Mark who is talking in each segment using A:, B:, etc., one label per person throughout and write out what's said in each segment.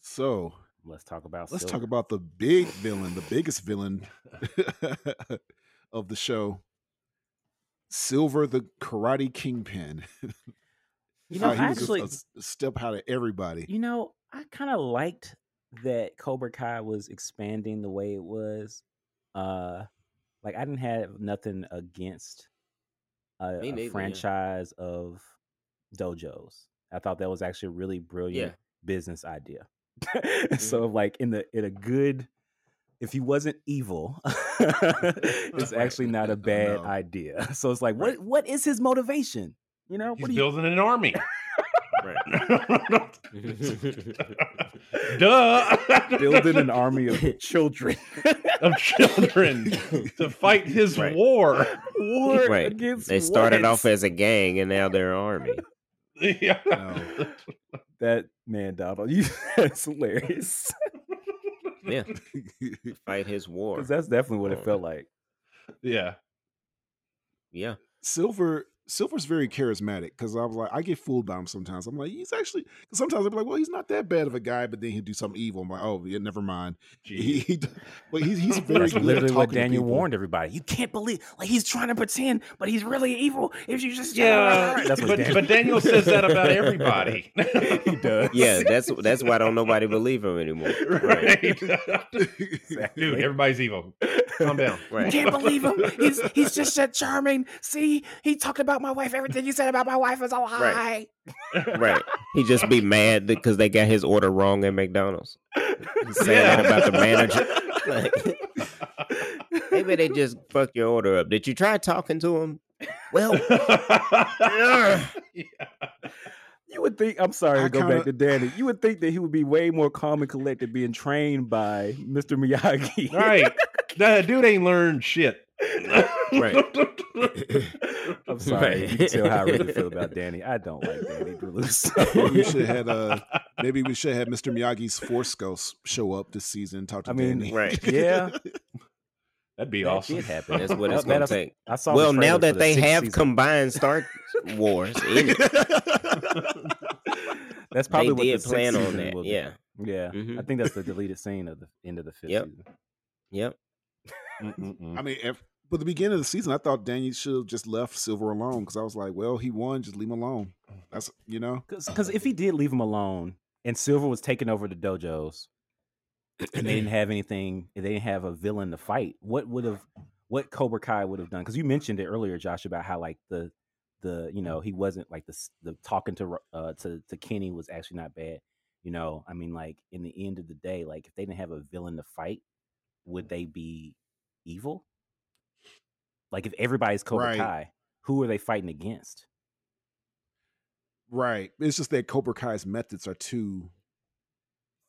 A: So
B: Let's talk about.
A: let's
B: Silver.
A: talk about the big villain, the biggest villain of the show. Silver the Karate Kingpin.
B: You know,
A: How he was just
B: actually,
A: a s- step out of everybody.
B: you know, I kind of liked that Cobra Kai was expanding the way it was. Uh, like I didn't have nothing against a,
C: Me
B: a
C: neither, yeah.
B: franchise of dojos. I thought that was actually a really brilliant
C: Yeah. Mm-hmm.
B: business idea. so like in the in a good if he wasn't evil, it's
A: Right.
B: actually not a bad
A: No.
B: idea. So it's like what
C: Right.
B: what is his motivation? You know,
D: He's
B: what do you
D: building an army.
C: Right.
D: Duh.
B: building an army of children.
D: of children to fight his
C: Right.
D: war.
B: War
C: Right.
B: against
C: They started
B: what?
C: off as a gang and now they're an army.
D: Yeah.
A: No.
B: that man, Donald. You, that's hilarious.
C: Yeah. Fight his war.
B: Because that's definitely what it
C: Or-
B: felt like.
D: Yeah.
C: Yeah.
A: Silver Silver's very charismatic because I was like, I get fooled by him sometimes. I'm like, he's actually 'cause sometimes I'll be like, well, he's not that bad of a guy, but then he'll do something evil. I'm like, oh, yeah, never mind. He,
D: Jeez.
A: he, but he's he's very
B: That's
A: good at
B: literally what
A: talking to
B: Daniel
A: people.
B: warned everybody. You can't believe like he's trying to pretend, but he's really evil. If you just
D: Yeah,
B: that's what
D: but,
B: Daniel.
D: but Daniel says that about everybody.
B: he does.
C: Yeah, that's that's why don't nobody believe him anymore. Right.
D: right. Dude, everybody's evil. Calm down.
C: Right.
B: Can't believe him. He's he's just that charming. See, he talked about my wife. Everything you said about my wife is a lie.
C: Right. Right. He just be mad because they got his order wrong at McDonald's. He's saying that about the manager. Maybe they just fucked your order up. Did you try talking to him? Well,
B: You would think. I'm sorry
A: I
B: to go
A: kinda-
B: back to Danny. You would think that he would be way more calm and collected, being trained by Mr. Miyagi.
D: right. That dude ain't learned shit.
B: I'm sorry.
C: Right.
B: You can tell how I really feel about Danny. I don't like Danny
A: Maybe we
B: DeLuso.
A: should have had uh, maybe we should have Mr. Miyagi's Force Ghost show up this season. and Talk to
B: I mean,
A: Danny.
C: right.
B: yeah,
D: That'd be
B: that
D: awesome.
B: did happen.
C: That's what
B: Well,
C: it's
B: man,
C: gonna
B: I-
C: take.
B: I saw. the
C: Well, now
B: trailer for
C: that
B: the
C: they
B: sixth
C: have
B: season.
C: combined Star Wars, in it,
B: that's
C: they
B: probably what
C: did
B: the
C: plan
B: sixth
C: on
B: season will
C: that.
B: be.
C: Yeah.
B: yeah.
C: Mhm.
B: I think that's the deleted scene of the end of the fifth
C: Yep.
B: season.
C: Yep.
A: I mean, if, but the beginning of the season, I thought Daniel should have just left Silver alone because I was like, well, he won, just leave him alone. That's you know,
B: Because if he did leave him alone, and Silver was taking over the dojos, and they didn't have anything, and they didn't have a villain to fight, what would have, what Cobra Kai would have done? Because you mentioned it earlier, Josh, about how like the, the you know he wasn't like the s- the talking to Ro- uh to to Kenny was actually not bad. You know, I mean, like in the end of the day, like if they didn't have a villain to fight, would they be evil? Like if everybody's Cobra
A: Right.
B: Kai, who are they fighting against?
A: right? It's just that Cobra Kai's methods are too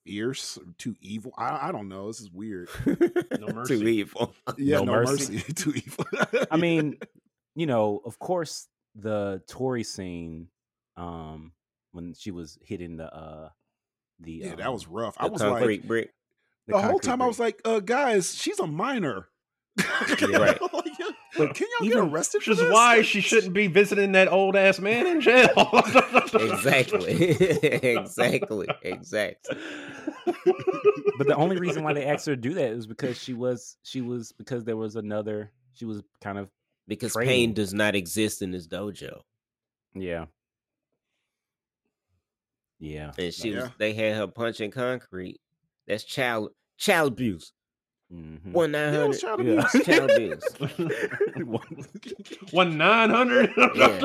A: fierce, or too evil. I, I don't know. This is weird.
D: No
C: Too
D: mercy.
C: evil.
A: Yeah, no,
B: No
A: mercy.
B: mercy.
A: too evil.
B: I mean, you know, of course, the Tory scene um when she was hitting the uh the
A: yeah,
B: um,
A: that was rough. I
C: The
A: was
C: concrete
A: like,
C: brick.
A: the, whole time I was like, uh, guys, she's a minor.
C: Right.
A: Like, yeah,
B: But
A: can y'all
B: even-
A: get arrested
D: Which
A: for
D: is
A: this?
D: why she shouldn't be visiting that old ass man in jail.
C: Exactly. exactly. Exactly.
B: but the only reason why they asked her to do that is because she was she was because there was another she was kind of
C: Because pain
B: Training.
C: does not exist in this dojo.
B: yeah yeah
C: And she was
A: Yeah.
C: they had her punching concrete. That's child child abuse.
B: mhm.
C: One nine
A: Mm. Yeah, I was
C: hundred
A: trying to be
B: Yeah.
C: child abuse.
B: One-
D: One nine hundred.
C: Yeah.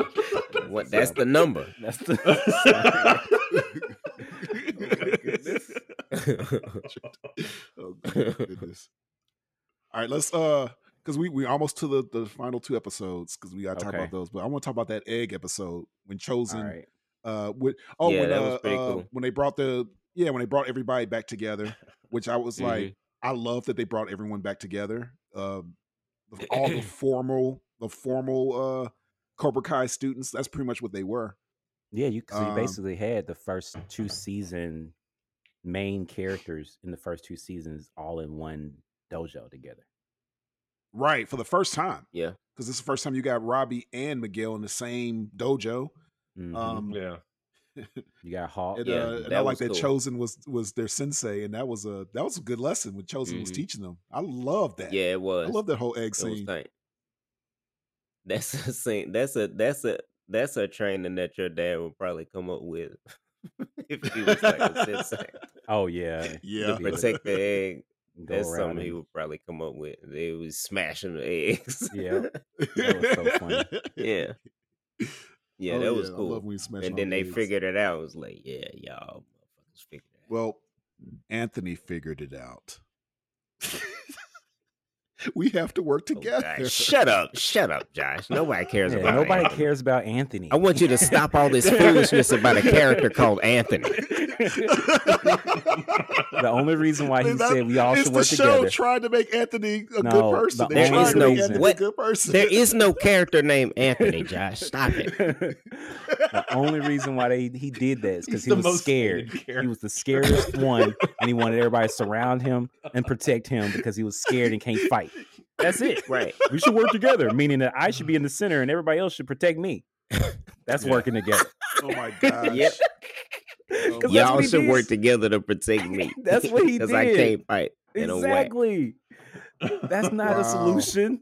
C: What that's the number.
B: that's the
A: Oh, goodness. All right, let's uh because we we almost to the, the final two episodes because we gotta talk
B: Okay.
A: about those, but I want to talk about that egg episode when
B: all
A: chosen
B: right
A: uh with oh
C: Yeah,
A: when
C: that
A: uh,
C: was pretty
A: uh,
C: cool.
A: when they brought the yeah, when they brought everybody back together, which I was
C: Mm-hmm.
A: like, I love that they brought everyone back together. Um the- all the formal the formal uh Cobra Kai students, that's pretty much what they were.
B: Yeah, you, so you
A: Um,
B: basically had the first two season main characters in the first two seasons all in one dojo together.
A: Right, for the first time.
C: Yeah.
A: Because this is the first time you got Robbie and Miguel in the same dojo.
B: Mhm.
A: Um
D: Yeah.
B: You got Hawk.
A: And,
C: Mm-hmm. Yeah,
A: uh, and
C: that
A: I like
C: was
A: that
C: cool.
A: Chosen was was their sensei, and that was a that was a good lesson when Chosen was
C: Mhm.
A: teaching them. I love that.
C: Yeah, it
A: I
C: was.
A: love that whole egg
C: It was
A: scene.
C: tight. That's a scene. That's a that's a that's a training that your dad would probably come up with if he was like a sensei.
B: Oh yeah,
A: Yeah,
C: To protect the egg.
B: Go
C: That's
B: around
C: something he
B: and-
C: would probably come up with. They was smashing the eggs.
B: Yeah. That was so funny.
C: yeah, yeah.
A: Oh,
C: that was
A: I love
C: cool.
A: when you smash
C: And
A: on
C: then they
A: eggs.
C: figured it out. It was like, yeah, y'all motherfuckers figured it out.
A: Well, Anthony figured it out. we have to work
C: Oh, God,
A: together.
C: Shut up, shut up, Josh. Nobody cares
B: Yeah,
C: about.
B: nobody
C: Anthony.
B: cares about Anthony.
C: I want you to stop all this foolishness about a character called Anthony.
B: the only reason why he
A: That-
B: said we all
A: it's
B: should
A: the
B: work
A: show
B: together.
A: trying to make Anthony a
B: No,
A: good person.
B: the
A: They're
C: only
A: trying to make
C: reason-
A: Anthony
C: What?
A: a good person.
C: There is no character named Anthony, Josh. Stop it.
B: the only reason why they he did that is because he
D: He's the
B: was
D: most
B: scared.
D: hated
B: He
D: character.
B: was the scariest one, and he wanted everybody to surround him and protect him because he was scared and can't fight. That's it.
C: Right.
B: We should work together, meaning that I should be in the center and everybody else should protect me. That's
A: Yeah.
B: working together.
A: oh my god!
C: Yep.
A: Oh,
B: 'Cause that's
C: Y'all
B: what he
C: should
B: did.
C: work together to protect me.
B: That's what he
C: Because I
B: did.
C: can't fight. in a way.
B: Exactly. That's not a
A: Wow.
B: solution.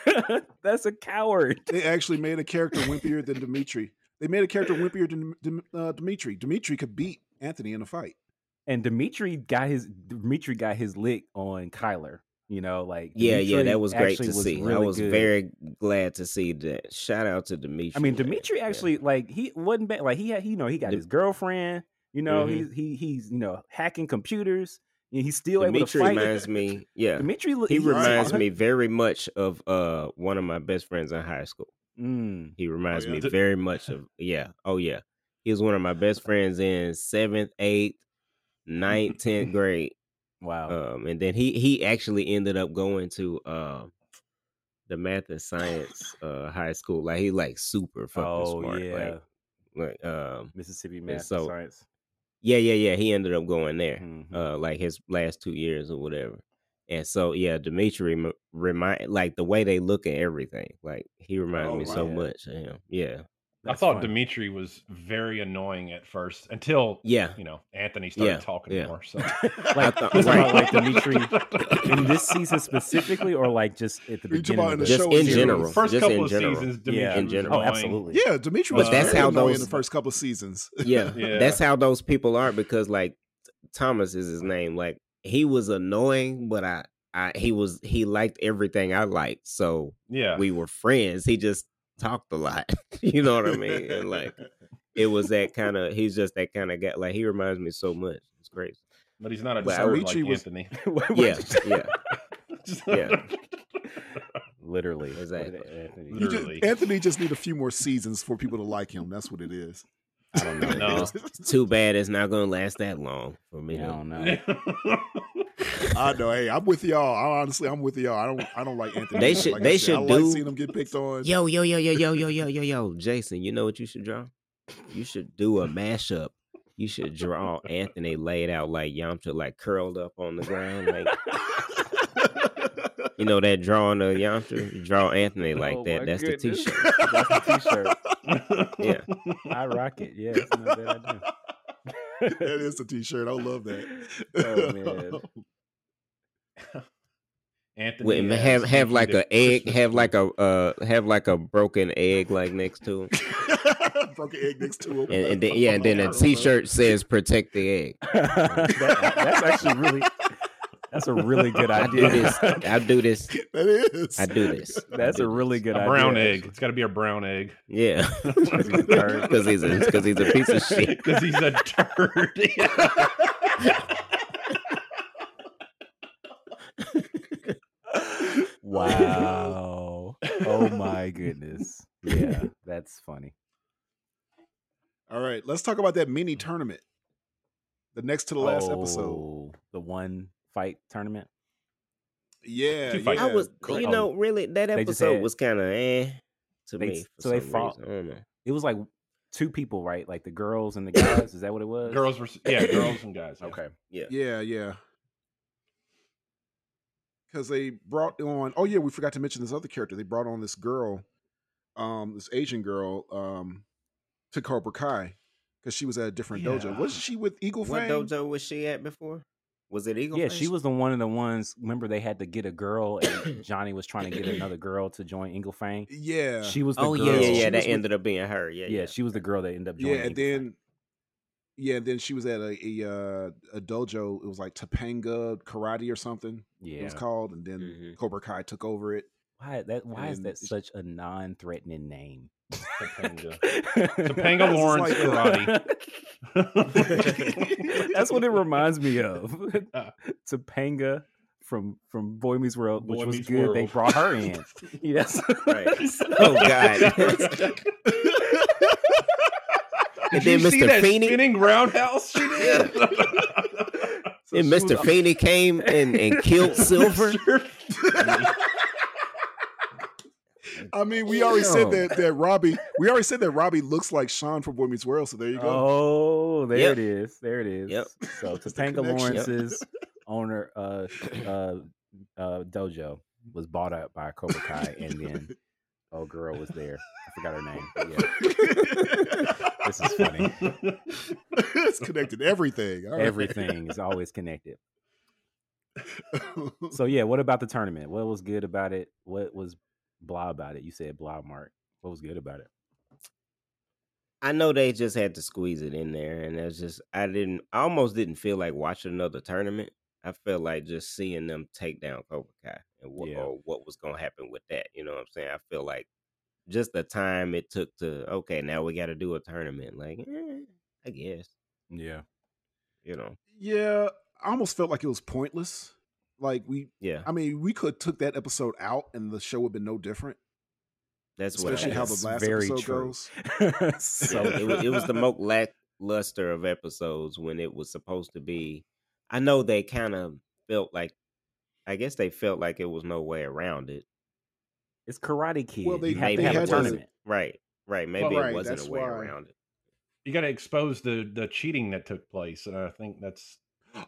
B: That's a coward.
A: They actually made a character wimpier than Dimitri. They made a character wimpier than Dim- uh, Dimitri. Dimitri could beat Anthony in a fight.
B: And Dimitri got his Dimitri got his lick on Kyler. You know, like
C: Yeah, yeah,
B: Dimitri
C: that was great
B: actually
C: to see. I
B: really
C: was
B: good.
C: very glad to see that. Shout out to Dimitri.
B: I mean,
C: man.
B: Dimitri
C: Yeah.
B: actually like he wasn't bad. Like he had, you know, he got
C: Di-
B: his girlfriend. You know,
C: Mhm.
B: he's he he's you know hacking computers. And he's still able to
C: Dimitri
B: fight.
C: reminds me. Yeah,
B: Dimitri,
C: he
B: he's-
C: reminds me very much of uh one of my best friends in high school.
B: Mm,
C: He reminds
A: yeah?
C: me very much of yeah. Oh yeah, he was one of my best friends in seventh, eighth, ninth, tenth grade.
B: wow.
C: Um, and then he he actually ended up going to um the math and science uh high school. Like he like super fucking
B: oh
C: smart.
B: yeah,
C: Like, like um
B: Mississippi Math and
C: so-
B: Science.
C: yeah yeah yeah. He ended up going there.
D: Mm-hmm.
B: Mhm.
C: uh, like his last two years or whatever. And so, yeah, Dimitri rem- remind like the way they look at everything. Like he reminds
A: Oh,
C: me
A: wow.
C: so
B: Yeah.
C: much of him. Yeah,
D: I
B: That's
D: thought
B: fun.
D: Dimitri was very annoying at first until
C: yeah,
D: you know Anthony started
C: Yeah,
D: talking
C: yeah.
D: more. So
B: Like,
C: thought-
B: you talking about,
C: right.
B: like Dimitri in this season specifically, or like just at the
A: You're talking
B: beginning
A: about
B: of
A: in
B: the
A: the
C: just
A: show
C: in
A: series.
C: general.
D: first
C: just
D: couple
C: in
D: of
C: general.
D: seasons, Dimitri
B: Yeah.
C: In
D: was
C: general.
B: Oh,
D: annoying.
B: absolutely.
A: Yeah, Dimitri
D: But
A: was
D: that's
A: very
C: how
A: annoying
C: those-
A: in the first couple seasons.
C: Yeah,
D: Yeah.
C: that's how those people are because like Thomas is his name. Like he was annoying, but I, I he was he liked everything I liked, so
D: Yeah,
C: we were friends. He just talked a lot. you know what I mean? And like it was that kind of he's just that kind of guy. Like he reminds me so much. It's great.
D: but he's not a
C: But
D: nerd
A: Dimitri
D: like
A: was-
D: Anthony.
C: Yeah, yeah. Yeah.
B: literally.
C: Exactly.
B: Anthony-
A: You just-
D: Literally.
A: Anthony just need a few more seasons for people to like him. That's what it is.
B: I don't know.
D: No.
C: It's too bad it's not gonna last that long for me.
B: I
C: to-
B: don't know.
A: I know. Hey, I'm with y'all. I, honestly, I'm with y'all. I don't. I don't like Anthony.
C: They
A: Like
C: should-
A: I
C: they
A: said,
C: should
A: I
C: do-
A: like seeing him get picked on.
C: Yo, yo, yo, yo, yo, yo, yo, yo, yo, Jason. You know what you should draw? You should do a mashup. You should draw Anthony laid out like Yamcha, like curled up on the ground, like you know that drawing of Yamcha. You draw Anthony like
B: Oh, my
C: that. That's the
B: goodness.
C: T-shirt.
B: That's the t-shirt.
C: Yeah.
B: I rock it. Yeah, it's not a bad
A: that
B: idea.
A: is a T-shirt. I love that.
B: Oh, man.
D: Anthony
C: Wait,
D: as
C: have have
D: Dimitri
C: like
D: the
C: a egg,
D: Christmas
C: have
D: boy.
C: like a uh, have like a broken egg like next to him,
A: Broken egg next to him.
C: and, and then, yeah, and then a T-shirt says "Protect the egg."
B: That- that's actually really. That's a really good
C: I do
B: idea.
C: this. I do this.
A: That is.
C: I do this.
B: That's a
C: do
B: really good
D: a
B: idea.
D: brown egg.
B: actually.
D: It's got to be a brown egg.
C: Yeah,
B: Because he's a turd.
C: because he's a because he's a piece of shit.
D: Because he's a turd.
B: Wow. Oh my goodness. Yeah, that's funny.
A: All right, let's talk about that mini tournament. The next to the last episode.
B: Oh, The one fight tournament.
A: Yeah,
D: Two fights.
A: yeah.
C: I was,
A: Cl-
C: you
B: Oh.
C: know, really that
B: They just
C: episode
B: had-
C: was kind of eh to
B: They-
C: me. For
B: so they
C: some
B: fought.
C: reason. I don't know.
B: It was like two people, right? Like the girls and the guys. Is that what it was?
D: girls were yeah, girls and guys. yeah.
B: Okay.
A: Yeah, yeah. Because they brought on. Oh yeah, we forgot to mention this other character. They brought on this girl, um, this Asian girl, um, to Cobra Kai because she was at a different
D: Yeah.
A: dojo. Wasn't she with Eagle
C: What
A: Fang?
C: dojo was she at before? Was it Eagle?
B: yeah,
C: Fang?
B: she was the one of the ones. Remember, they had to get a girl, and Johnny was trying to get another girl to join Eagle Fang.
A: Yeah,
B: She was the
C: Oh
B: girl.
C: yeah, yeah,
A: She
C: yeah.
A: was
C: That
A: with-
C: ended up being her. Yeah,
B: yeah,
C: yeah.
B: she was the girl that ended up joining.
A: yeah, and
B: Eagle Fang.
A: then yeah, and then she was at a a, uh, a dojo. It was like Topanga Karate or something.
B: yeah,
A: It was called, and then
C: Mhm.
A: Cobra Kai took over it.
B: why that? Why is
A: and
B: that
A: it's-
B: such a non-threatening name?
D: Topanga.
B: Topanga
D: Topanga Lawrence
A: like,
D: Karate.
B: That's what it reminds me of.
D: Uh.
B: Topanga from from Boy Meets World, which
D: Boy
B: was
D: Meets
B: good. They
D: World.
B: brought her in. Yes.
C: Right. Oh, God. And
D: Did
C: then
D: you see
C: Mr.
D: that
C: Feeney-
D: spinning roundhouse she did?
B: So
C: And
B: she was-
C: Mr. Feeney came and, and killed Silver.
A: I mean, we already said
C: Damn.
A: that that Robbie. We already said that Robbie looks like Sean from Boy Meets World. So there you go.
B: Oh, there
C: Yep.
B: it is. There it is.
C: Yep.
B: So
A: It's the
B: Topanga
A: connection.
B: Lawrence's owner uh uh uh dojo was bought up by Cobra Kai and then oh girl was there. I forgot her name. but yeah. This is funny.
A: it's connected everything. All right.
B: Everything is always connected. So yeah, what about the tournament? What was good about it? What was blah about it? You said blah mark. What was good about it?
C: I know they just had to squeeze it in there, and that's just I didn't I almost didn't feel like watching another tournament. I felt like just seeing them take down Cobra Kai and what
B: Yeah.
C: or what was gonna happen with that. You know what I'm saying? I feel like just the time it took to okay, now we got to do a tournament. Like, eh, I guess
B: Yeah.
C: you know,
A: yeah, I almost felt like it was pointless. Like we,
C: yeah,
A: I mean, we could took that episode out and the show would have been no different.
C: that's what. I
A: Especially how
C: felt.
A: the
B: That's
A: last
B: very
A: episode
B: true.
A: goes.
B: so
C: Yeah, it, was, it was the most lackluster of episodes when it was supposed to be. I know they kind of felt like, I guess they felt like it was no way around it.
B: it's Karate Kid.
A: Well, they-
B: you have
C: they
B: to have a
C: had to-
B: tournament.
C: Right, right. Maybe
D: right,
C: it wasn't a
A: that's
C: way
A: why.
C: around it.
D: you got to expose the the cheating that took place, and I think that's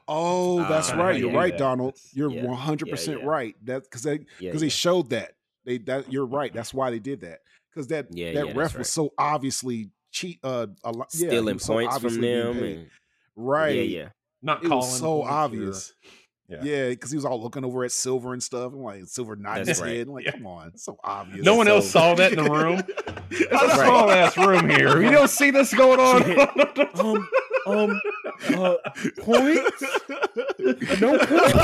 A: Oh, that's
C: Ah,
A: right. You're
C: yeah,
A: right,
D: yeah.
A: Donald. You're
C: Yeah, yeah,
A: 100%
C: yeah.
A: right. That because they
C: Yeah,
A: because they showed that they that you're right. That's why they did that because that
C: Yeah, yeah,
A: that
C: that's
A: ref
C: right.
A: was so obviously cheat. Uh, a lot, yeah, he
C: stealing
A: was so
C: points from
A: obviously being
C: them.
A: paid.
C: and-
A: right?
C: Yeah, yeah.
D: not
A: It
D: calling.
A: was so
D: points or-
A: obvious.
D: Yeah.
A: Yeah, because he was all looking over at Silver and stuff. I'm like, Silver nodding
C: That's
A: his
C: right.
A: head. I'm like,
D: Yeah.
A: come on, it's so obvious.
D: No one else
A: So-
D: saw that in the room. It's a
A: That's
D: small ass room here. You don't see this going on.
B: um, um, uh, points? No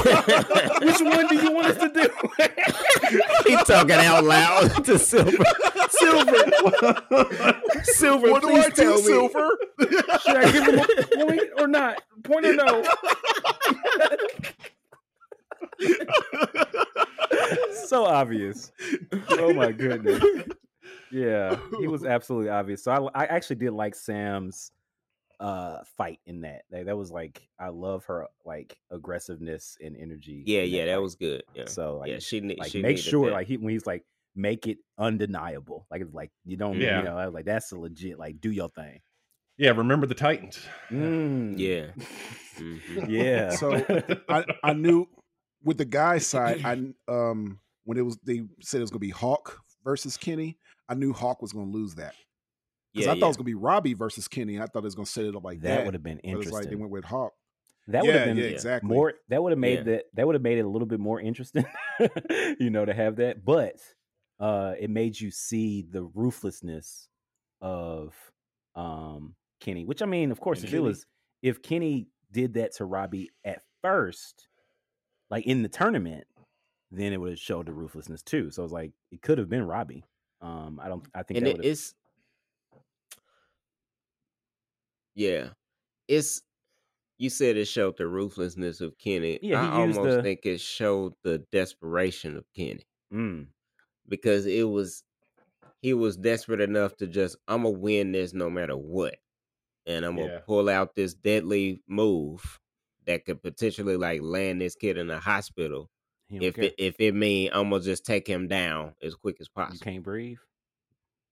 C: point?
B: Which one do you want us to do?
C: He talking out loud to Silver. Silver, Silver,
A: What do
C: please
A: I
C: tell
A: do,
C: me.
A: Silver?
B: Should I give him a point or not? Point or no? so obvious. Oh my goodness. Yeah, he was absolutely obvious. So I, I actually did like Sam's uh fight in that. Like, that was like I love her like aggressiveness and energy.
C: Yeah,
B: in
C: yeah, that
B: fight.
C: was good. Yeah,
B: so like
C: yeah. She, ne-
B: like
C: she
B: make
C: needed
B: sure
C: that.
B: like he when he's like make it undeniable like it's like you don't
D: Yeah.
B: you know I was like that's a legit like do your thing
D: yeah, remember the Titans.
B: Mm,
C: yeah. Mhm.
B: yeah
A: So, I, I knew with the guy side, I kn- um when it was they said it was gonna be Hawk versus Kenny, I knew Hawk was gonna lose that because
C: Yeah,
A: I thought
C: yeah.
A: it was gonna be Robbie versus Kenny. I thought it was gonna set it up like
B: that,
A: that.
B: would have been
A: but it's
B: interesting
A: like they went with Hawk.
B: that would
A: yeah,
B: have been
A: yeah, exactly.
B: more that would have made
C: Yeah.
B: that that would have made it a little bit more interesting you know to have that but uh it made you see the ruthlessness of um kenny which i mean of course
D: And
B: if it
D: Kenny.
B: was if kenny did that to robbie at first like in the tournament then it would have showed the ruthlessness too so it's like it could have been robbie um i don't i think
C: and
B: that
C: it,
B: would have
C: it's yeah it's you said it showed the ruthlessness of kenny
B: Yeah,
C: i
B: he used
C: almost
B: the-
C: think it showed the desperation of kenny
B: mm,
C: because it was he was desperate enough to just i'm gonna win this no matter what and i'm gonna
D: Yeah.
C: pull out this deadly move that could potentially like land this kid in the hospital
B: he don't
C: if
B: care.
C: it, if it mean i'm gonna just take him down as quick as
B: you
C: possible
B: can't breathe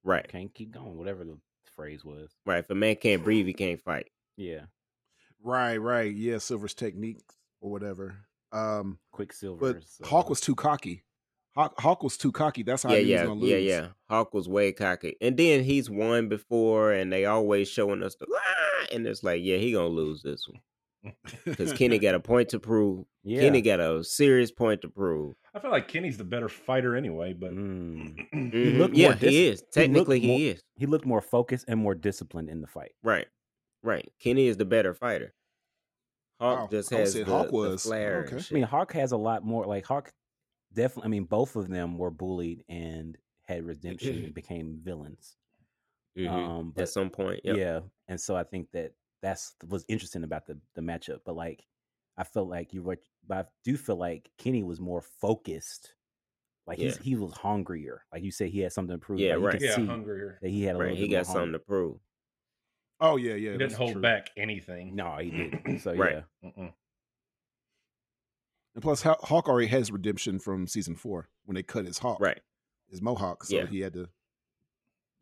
C: right
B: can't keep going whatever the phrase was
C: right if a man can't breathe he can't fight
B: yeah
A: Right, right. Yeah, Silver's technique or whatever. Um,
B: Quicksilver.
A: but Hawk was too cocky. Hawk, Hawk was too cocky. That's how
C: yeah,
A: I knew he
C: yeah,
A: was gonna lose.
C: yeah, yeah. Hawk was way cocky, and then he's won before, and they always showing us the "Ah," and it's like, yeah, he gonna lose this one because Kenny got a point to prove.
B: Yeah.
C: Kenny got a serious point to prove.
D: I feel like Kenny's the better fighter anyway, but
B: Mm.
C: Mhm.
B: looked
C: yeah,
B: more dis-
C: he is. Technically,
B: looked
C: he,
B: more-
C: is.
B: He looked more focused and more disciplined in the fight.
C: Right, right. Kenny is the better fighter. Hawk
A: Wow,
C: just
A: Oh, I would've
C: has the,
A: said Hawk
C: the
A: was. uh,
C: flair.
A: Okay.
C: and
B: I mean,
C: shit.
B: Hawk has a lot more. Like Hawk, definitely. I mean, both of them were bullied and had redemption and became villains.
A: uh,
C: Mhm.
B: Um,
C: at
B: but
C: some point, yeah.
B: yeah, and so I think that that's was interesting about the the matchup. But like, I felt like you were, but I do feel like Kenny was more focused. Like he's,
C: Yeah.
B: he was hungrier. Like you said, he had something to prove.
C: Yeah,
B: like, you
C: right.
B: could
D: yeah,
B: see
D: hungrier.
B: that he had a
C: right.
B: little
C: He
B: bit more
C: got something
B: hunger.
C: to prove.
A: Oh yeah, yeah.
D: He
A: that's
D: didn't hold
A: true.
D: back anything.
B: No, he did. So
C: Right.
B: yeah,
D: Mm-mm.
A: And plus, Haw- Hawk already has redemption from season four when they cut his hawk,
C: Right.
A: His mohawk, so
C: Yeah.
A: he had to.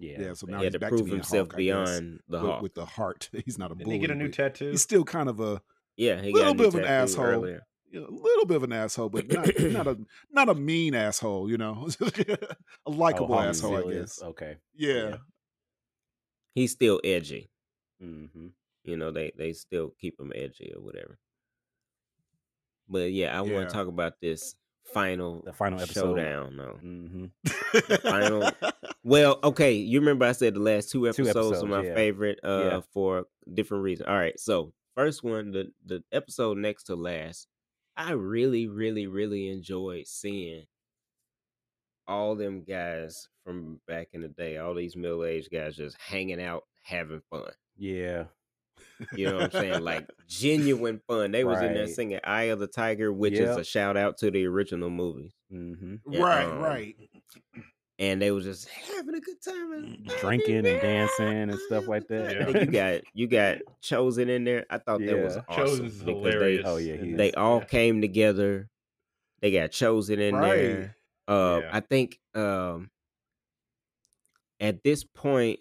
B: yeah,
A: Yeah, so now
C: he
A: he's
C: had to
A: back
C: prove
A: to being
C: himself
A: Hawk, I guess,
C: beyond the
A: with-
C: Hawk.
A: with, the heart. He's not a
D: Didn't
A: bully.
D: he get a new
A: but
D: tattoo?
A: He's still kind of a
C: yeah, he
A: little
C: got a new
A: bit of an
C: tattoo
A: asshole.
C: Earlier.
A: you know, a little bit of an asshole, but not, not a not a mean asshole. You know,
C: Oh,
A: a likable
B: Hawk
A: asshole, I
B: still is.
A: guess.
B: Okay.
A: Yeah.
C: Yeah. He's still edgy.
B: Mm-hmm.
C: you know they they still keep him edgy or whatever but yeah i want
A: Yeah.
C: to talk about this final
B: The final episode.
C: showdown though
B: Mm-hmm.
C: Final- well okay you remember i said the last two episodes, are
B: episodes,
C: my
B: yeah.
C: favorite uh
B: Yeah.
C: for different reasons all right so first one the the episode next to last i really really really enjoyed seeing all them guys from back in the day all these middle-aged guys just hanging out having fun
B: Yeah.
C: You know what I'm saying? Like genuine fun. They was in there
B: Right.
C: singing "Eye of the Tiger," which is
B: Yep.
C: a shout out to the original movie,
B: Mm-hmm.
C: Yeah,
A: right,
C: um,
A: right.
C: and they was just having a good time, and
B: Mm, Drinking and dancing and stuff like that.
C: And you got you got chosen in there. I thought that was
B: Yeah.
C: awesome
D: Chosen's
C: because
D: hilarious.
B: oh, yeah,
D: in
B: he
C: they
D: this.
B: is.
C: they all
D: Yeah.
C: came together. They got chosen in
A: right.
C: there. Uh,
D: Yeah.
C: I think um, at this point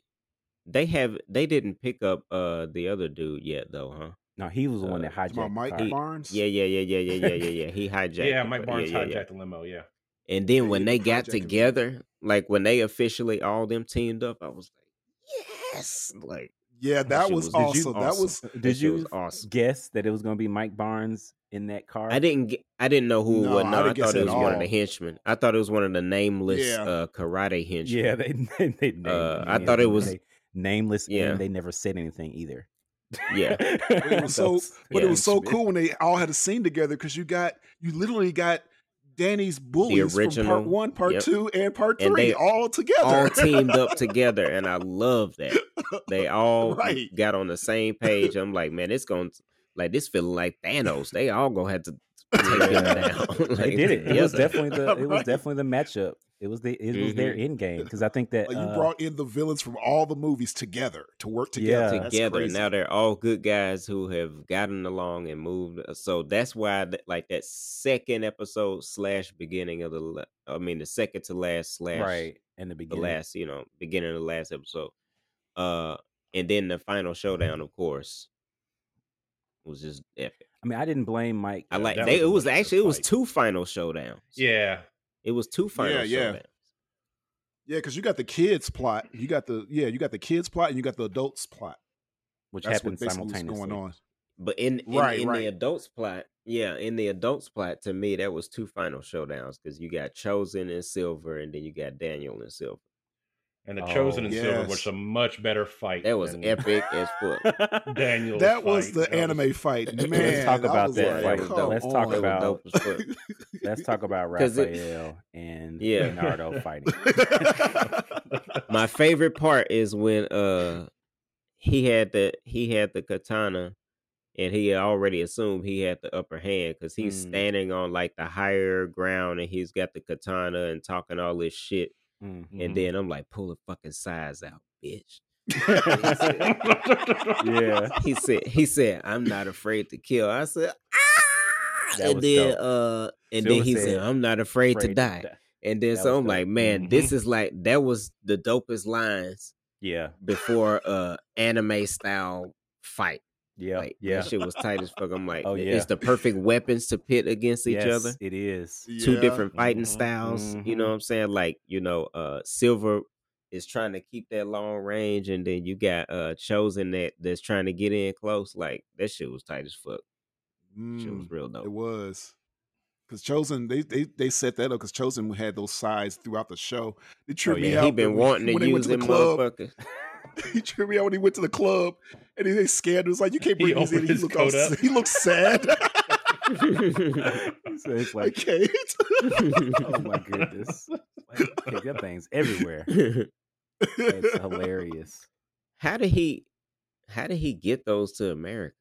C: they have they didn't pick up uh the other dude yet though, huh?
B: No, he was the
C: Uh,
B: one that
A: It's my
B: hijacked.
A: Mike
B: the car.
A: Barnes.
C: Yeah, yeah, yeah, yeah, yeah, yeah, yeah, yeah. He hijacked.
D: Yeah,
C: the
D: Mike
C: bu-
D: Barnes
C: yeah, yeah,
D: hijacked
C: yeah.
D: the limo. Yeah,
C: And
A: Yeah,
C: then
A: he
C: when
A: was
C: they got
A: hijacking them.
C: together, like when they officially all them teamed up, I was like, yes, like
A: yeah. That
C: shit
A: was,
C: was
A: awesome. That
C: awesome.
A: was
C: that
B: Did
C: shit
B: you
C: was awesome.
B: guess that it was going to be Mike Barnes in that car?
C: I didn't get, I didn't know who it
A: No,
C: was.
A: I
C: No, I,
A: didn't guess
C: thought it
A: at
C: was one of the
A: all.
C: henchmen. I thought it was one of the nameless
A: Yeah.
C: uh, karate henchmen.
B: Yeah, they they, they named
C: Uh,
B: him
C: I
B: and
C: thought
B: they-
C: it was-
B: they- nameless.
C: Yeah.
B: and they never said anything either.
C: Yeah.
A: but it was so, but
C: yeah,
A: it was so
B: it's-
A: cool when they all had a scene together because you got you literally got Danny's bullies from
C: original,
A: part one, part
C: yep.
A: two, and part
C: And
A: three
C: they
A: all together,
C: all teamed up together, and I love that they uh, all
A: Right.
C: got on the same page. I'm like, man, it's going to like this feeling like Thanos. They all gonna have to take him
B: Yeah.
C: down.
B: They
C: Like,
B: did it. It was
C: together.
B: definitely the it was
A: Right.
B: definitely the matchup. It was the it was their
C: Mm-hmm.
B: end game because I think that
A: Like, you
B: uh,
A: brought in the villains from all the movies together to work
B: Yeah.
D: Uh,
A: together That's
C: together.
A: crazy.
C: Now they're all good guys who have gotten along and moved. uh, So that's why, th- like that second episode slash beginning of the, la- I mean the second to last slash
B: right in the
C: the
B: beginning.
C: last, you know, beginning of the last episode, uh, and then the final showdown, of course, was just epic.
B: I mean, I didn't blame Mike.
C: I
D: Yeah,
C: like
D: that
C: they, it
D: was a
C: was
D: really good
C: actually it was
D: fight.
C: two final showdowns.
D: yeah.
C: it was two final
A: yeah.
C: showdowns.
A: yeah, because you got the kids plot, you got the yeah, you got the kids plot, and you got the adults plot.
B: which
A: That's what
B: happened
A: basically what's
B: simultaneously.
A: going on.
C: But in in,
A: Right,
C: in
A: right.
C: the adults plot, yeah, in the adults plot, to me that was two final showdowns because you got Chosen and Silver, and then you got Daniel and Silver.
D: And the
B: Oh,
D: chosen and silver was
A: yes.
D: a much better fight.
C: That was
D: than
C: epic as fuck.
D: Daniel's
A: that was
D: fight.
A: the
D: That was-
A: anime fight. Man,
B: Let's talk
A: I
B: about
A: was
B: that
A: like,
B: fight.
A: come
B: Let's talk
A: on.
C: That
B: about-
C: was dope as fuck.
B: Let's talk about
C: 'Cause it-
B: Raphael and
C: Yeah.
B: Leonardo fighting.
C: My favorite part is when uh he had the he had the katana, and he had already assumed he had the upper hand because he's
B: Mm.
C: standing on like the higher ground, and he's got the katana and talking all this shit.
B: Mm.
D: Mhm.
A: Mm-hmm.
C: And then I'm like, pull the fucking size out, bitch.
B: Yeah,
C: he said he said i'm not afraid to kill i said ah!
B: That
C: and
B: was
C: then
B: dope.
C: uh and
B: Silver
C: then he said,
B: said,
C: i'm not afraid, to
B: Afraid
C: die and then
B: That was
C: so
B: dope.
C: i'm
B: Mm-hmm.
C: like man this is like that was the dopest lines
B: Yeah,
C: before uh anime style fight
B: Yeah,
C: Like
B: yeah.
C: that shit was tight as fuck. I'm like,
B: Oh, yeah.
C: it's the perfect weapons to pit against each
B: Yes,
C: other.
B: It is.
C: Two
A: Yeah. mm-hmm,
C: different fighting
B: Mhm,
C: styles. You know
B: mhm.
C: what I'm saying? Like, you know, uh Silver is trying to keep that long range and then you got uh chosen that that's trying to get in close. Like that shit was tight as fuck. Shit was
A: Mm,
C: real dope. Oh,
A: it was because chosen they, they they set that up because chosen had those sides throughout the show. It tripped me
C: Oh, yeah,
A: out.
C: he been
A: that
C: wanting
A: when
C: to
A: they
C: use
A: went
C: them
A: the club.
C: motherfuckers.
A: he tripped me out when he went to the club and he, they scared. It was like you can't
D: He
A: bring these in.
D: opened
A: He
D: his
A: looked
D: coat
A: all-
D: up.
A: he looked sad.
B: so it's
A: I
B: like,
A: can't.
B: oh my goodness, like, okay, that thing's everywhere. It's hilarious.
C: how did he how did he get those to America?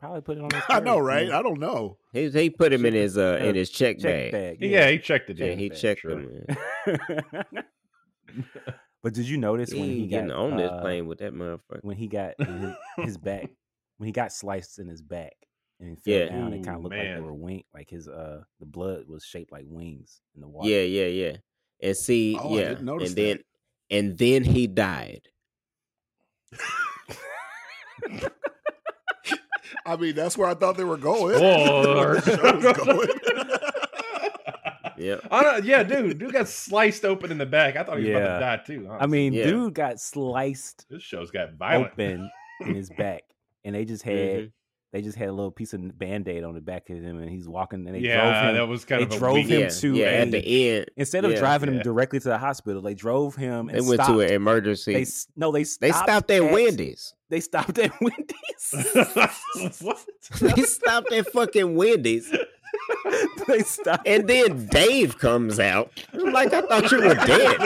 B: Probably put it on. his
A: I know,
B: shirt,
A: right?
B: man.
A: I don't know.
C: He he put him in
B: Shit,
C: his uh in
B: uh,
C: his check,
B: Check
C: bag.
B: bag.
D: yeah, he checked it.
C: Yeah,
D: in.
C: he
B: bag,
C: checked
B: sure.
C: him. in.
B: but did you notice
C: He
B: when he
C: ain't getting
B: got
C: on this
B: uh,
C: plane with that motherfucker.
B: when he got in his, his back when he got sliced in his back and he
C: Yeah.
B: fell down, it
D: Ooh,
B: kind of looked like
D: man.
B: they were wing, like his uh the blood was shaped like wings in the water.
C: Yeah, yeah, yeah. And see,
A: Oh, I
C: yeah,
A: didn't notice
C: and
A: that.
C: then and then he died.
A: I mean, that's where I thought they were going.
D: Or-
A: That's where the show was
C: Yeah,
D: I don't, yeah, dude, dude got sliced open in the back. I thought he was
B: Yeah.
D: about to die too.
B: I
D: honestly.
B: mean,
C: Yeah.
B: dude got sliced
D: this show's got violent.
B: open in his back, and they
A: Mm-hmm.
B: just had
C: Mhm.
B: they just had a little piece of band aid on the back of him, and he's walking, and they
D: yeah,
B: drove him.
D: that was kind
B: they
D: of a
B: drove
D: weak-
B: him
C: yeah,
B: to
C: yeah. At
B: a-
C: the end,
B: Instead of
C: Yeah.
B: driving him
D: Yeah.
B: directly to the hospital, they drove him.
C: they
B: And
C: went to
B: stopped.
C: an emergency.
B: They
C: They,
B: s- no, they stopped.
C: stopped at Wendy's.
B: They stopped at Wendy's.
D: what?
C: they stopped at fucking Wendy's,
B: they stopped.
C: and then Dave comes out. I'm like, I thought you were dead.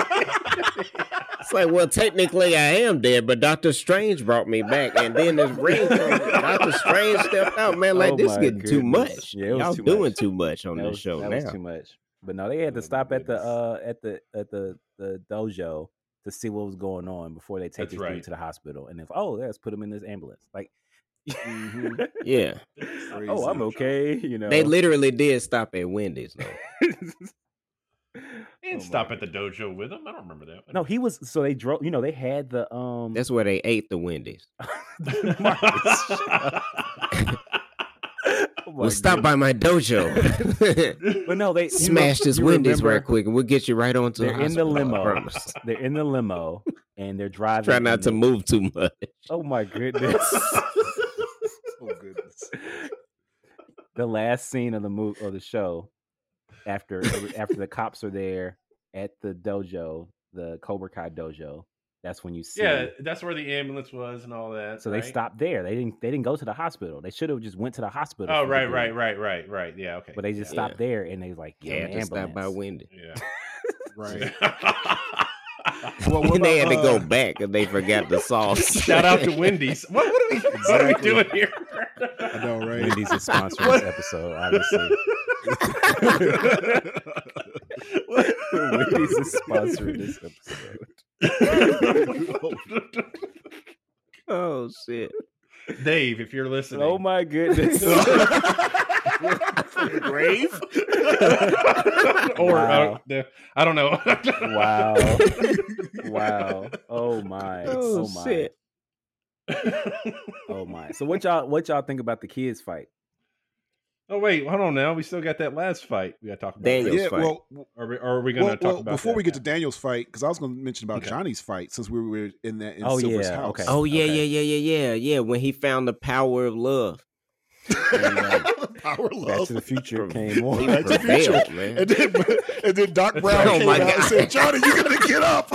C: It's like, well, technically I am dead, but Doctor Strange brought me back, and then this ring. comes- Doctor Strange stepped out, man. Like
B: Oh
C: this
B: my
C: getting too
B: goodness.
C: much.
B: Yeah, it was
C: Y'all
B: too much.
C: doing too much on
B: that
C: this
B: was,
C: show
B: that
C: now.
B: was too much. But no, they had
D: Oh, my
B: to stop at the
D: goodness.
B: uh at the at the the dojo to see what was going on before they take
D: That's
B: this dude
D: right.
B: to the hospital. And if oh, let's put him in this ambulance. Like,
D: Mm-hmm.
A: going.
C: yeah,
A: Mhm.
B: oh, I'm okay. You know,
C: they literally did stop at Wendy's. Though.
D: He didn't
B: Oh,
D: stop
B: my
D: at the dojo with him. I don't remember that.
B: no, he was so they drove. You know, they had the um.
C: That's where they ate the Wendy's.
B: Marcus, shut up. Oh my
C: Well, stop by my dojo.
B: goodness. But no, they you rem-
C: Smash this
B: you
C: Wendy's right
B: remember-
C: quick, and we'll get you right on to
B: They're
C: the
B: in the
C: hospital, I
B: limo.
C: promise.
B: They're in the limo and they're driving.
C: Try
B: and
C: not to
B: they-
C: move too much.
B: Oh my goodness.
A: Oh goodness.
B: the last scene of the movie of the show after after the cops are there at the dojo, the Cobra Kai dojo. That's when you see.
D: yeah, that's where the ambulance was and all that.
B: So they
D: right?
B: stopped there. They didn't. They didn't go to the hospital. They should have just went to the hospital.
D: Oh,
B: for the
D: right,
B: dude.
D: right, right, right, right. Yeah, okay.
B: But they just
C: Yeah.
B: stopped there and they was like,
C: Yeah,
B: yeah,
C: had to stop by Wendy's.
D: Yeah.
A: Right.
D: well,
A: what
C: and they had
A: about,
C: to go
A: uh,
C: back and they forgot the sauce.
D: shout out to Wendy's. What, what, are, we, what are we
A: Exactly.
D: doing here?
A: uh, I know, right?
B: Wendy's is sponsoring this episode, obviously. Wendy's is sponsoring this episode.
C: Oh shit!
D: Dave, if you're listening.
B: Oh my goodness.
A: From the grave.
D: or
B: Wow.
D: I, don't, I don't know.
B: wow. Wow. Oh my.
C: Oh,
B: Oh, my.
C: shit.
B: Oh my. So what y'all what y'all think about the kids fight?
D: oh wait, hold on. Now we still got that last fight we got to talk about.
C: Daniel.
A: Yeah.
C: Daniel's fight.
A: Well,
D: Are we, are we going to
A: well,
D: talk
A: well
D: about
A: before
D: that
A: we get to
D: now?
A: Daniel's fight, because I was going to mention about
D: Okay.
A: Johnny's fight since we were in that in
B: Oh,
A: Silver's
B: yeah,
A: house.
B: okay.
C: Oh yeah, yeah, yeah, yeah, yeah, yeah. When he found the power of love,
A: Power
B: Back
A: love.
B: to the Future
C: Pre-
B: came
C: he
B: on.
A: Back to the
C: prevailed, man.
A: And then, and then Doc Brown
C: Oh,
A: came
C: my
A: out and
C: God.
A: said, "Johnny, you gotta get up."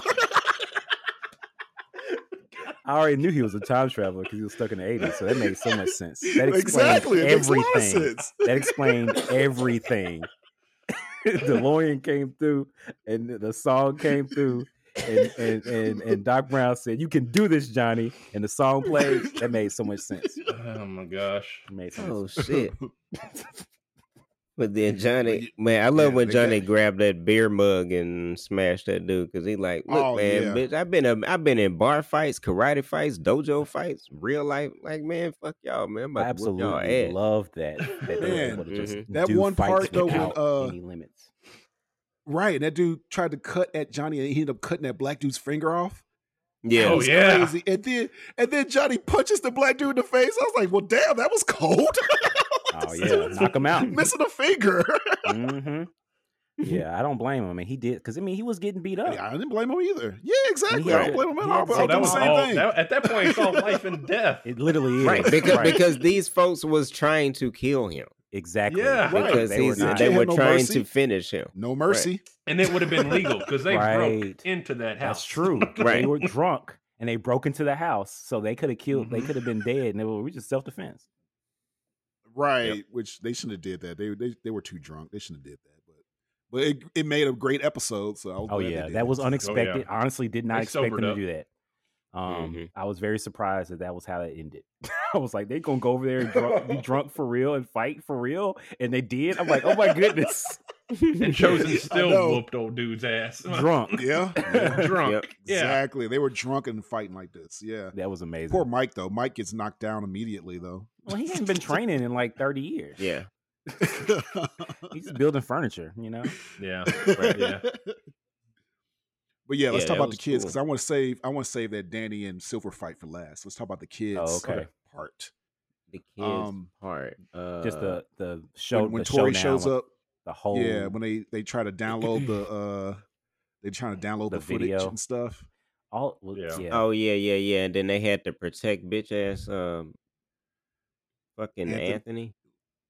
B: I already knew he was a time traveler because he was stuck in the 80s, so that made so much sense. That explained
A: exactly. It makes a
B: everything.
A: lot of sense.
B: That explained everything. the DeLorean came through and the song came through. And, and and and Doc Brown said, "You can do this, Johnny." And the song played. That made so much sense. It
D: Oh my gosh.
B: made so much
C: Oh shit! But then Johnny, man, I
A: yeah,
C: love when
A: they
C: Johnny
A: got-
C: grabbed that beer mug and smashed that dude because he like, look,
A: Oh,
C: man,
A: yeah.
C: bitch, I've been a, I've been in bar fights, karate fights, dojo fights, real life. Like, man, fuck y'all, man. I'm
B: I
C: about to whoop y'all
B: absolutely
C: ass.
B: love that. that they were
A: Man,
B: able to just
C: mhm.
A: That
B: do
A: one
B: fights
A: part, though, when,
B: without
A: uh,
B: any limits.
A: Right, and that dude tried to cut at Johnny, and he ended up cutting that black dude's finger off.
C: Yeah.
D: Oh,
A: It's
D: yeah.
A: crazy. And then and then Johnny punches the black dude in the face. I was like, well, damn, that was cold.
B: Oh yeah, knock him out.
A: Missing a finger.
B: hmm Yeah, I don't blame him. And he did because I mean he was getting beat up.
A: Yeah, I didn't blame him either. Yeah, exactly. I
C: Right.
A: don't blame him at
B: Yeah,
A: all. But
B: so
A: I do
D: So that
A: the
D: was
A: same
D: all.
A: thing.
D: That, at that point, it's all life and death.
B: It literally is
C: Right, because because these folks was trying to kill him
B: exactly
D: Yeah. Right.
C: because
B: they were
C: he's- they were,
B: not-
A: They had
C: were
A: no
C: trying
A: mercy.
C: to finish him.
A: no mercy.
D: and it would have been legal because they
B: Right.
D: broke into that house.
B: That's true. They
C: Right.
B: were drunk and they broke into the house, so they could have killed. They could have been dead, and they were, we just self defense.
A: Right. Which they shouldn't have did that. They, they they were too drunk. They shouldn't have did that. But but it, it made a great episode. So I was
B: Oh
A: glad they
B: yeah,
A: did
B: that was unexpected. Honestly, did not
D: They
B: expect them
D: sobered
B: to
D: up.
B: do that. Um,
C: Mhm.
B: I was very surprised that that was how it ended. I was like, they're gonna go over there and drunk, be drunk for real and fight for real, and they did. I'm like, oh my goodness,
D: And
A: I
D: Chosen still
A: know.
D: whooped old dude's ass.
B: drunk.
A: Yeah.
D: Yeah, drunk.
C: Yep.
D: Yeah.
A: Exactly. They were drunk and fighting like this. Yeah.
B: That was amazing.
A: Poor Mike though. Mike gets knocked down immediately though.
B: Well, he hasn't been training in like 30 years.
C: Yeah.
B: He's just building furniture, you know?
D: Yeah. yeah.
A: But yeah, let's
C: Yeah,
A: talk
C: that
A: about the
C: was
A: kids because
C: cool.
A: I want to save I want to save that Danny and Silver fight for last. Let's talk about the kids
B: Oh, okay.
A: part.
C: The kids
A: Um,
C: part. Uh,
B: Just the the show.
A: when when
B: the
A: Tori
B: showdown
A: shows
B: with
A: up,
B: the whole
C: Oh.
A: yeah, when they they try to download the uh they trying to download
B: The
A: the, footage
B: video.
A: and stuff.
B: all well, yeah.
D: Yeah.
C: Oh yeah, yeah, yeah. And then they had to protect bitch ass um fucking
A: Anthony.
C: Anthony.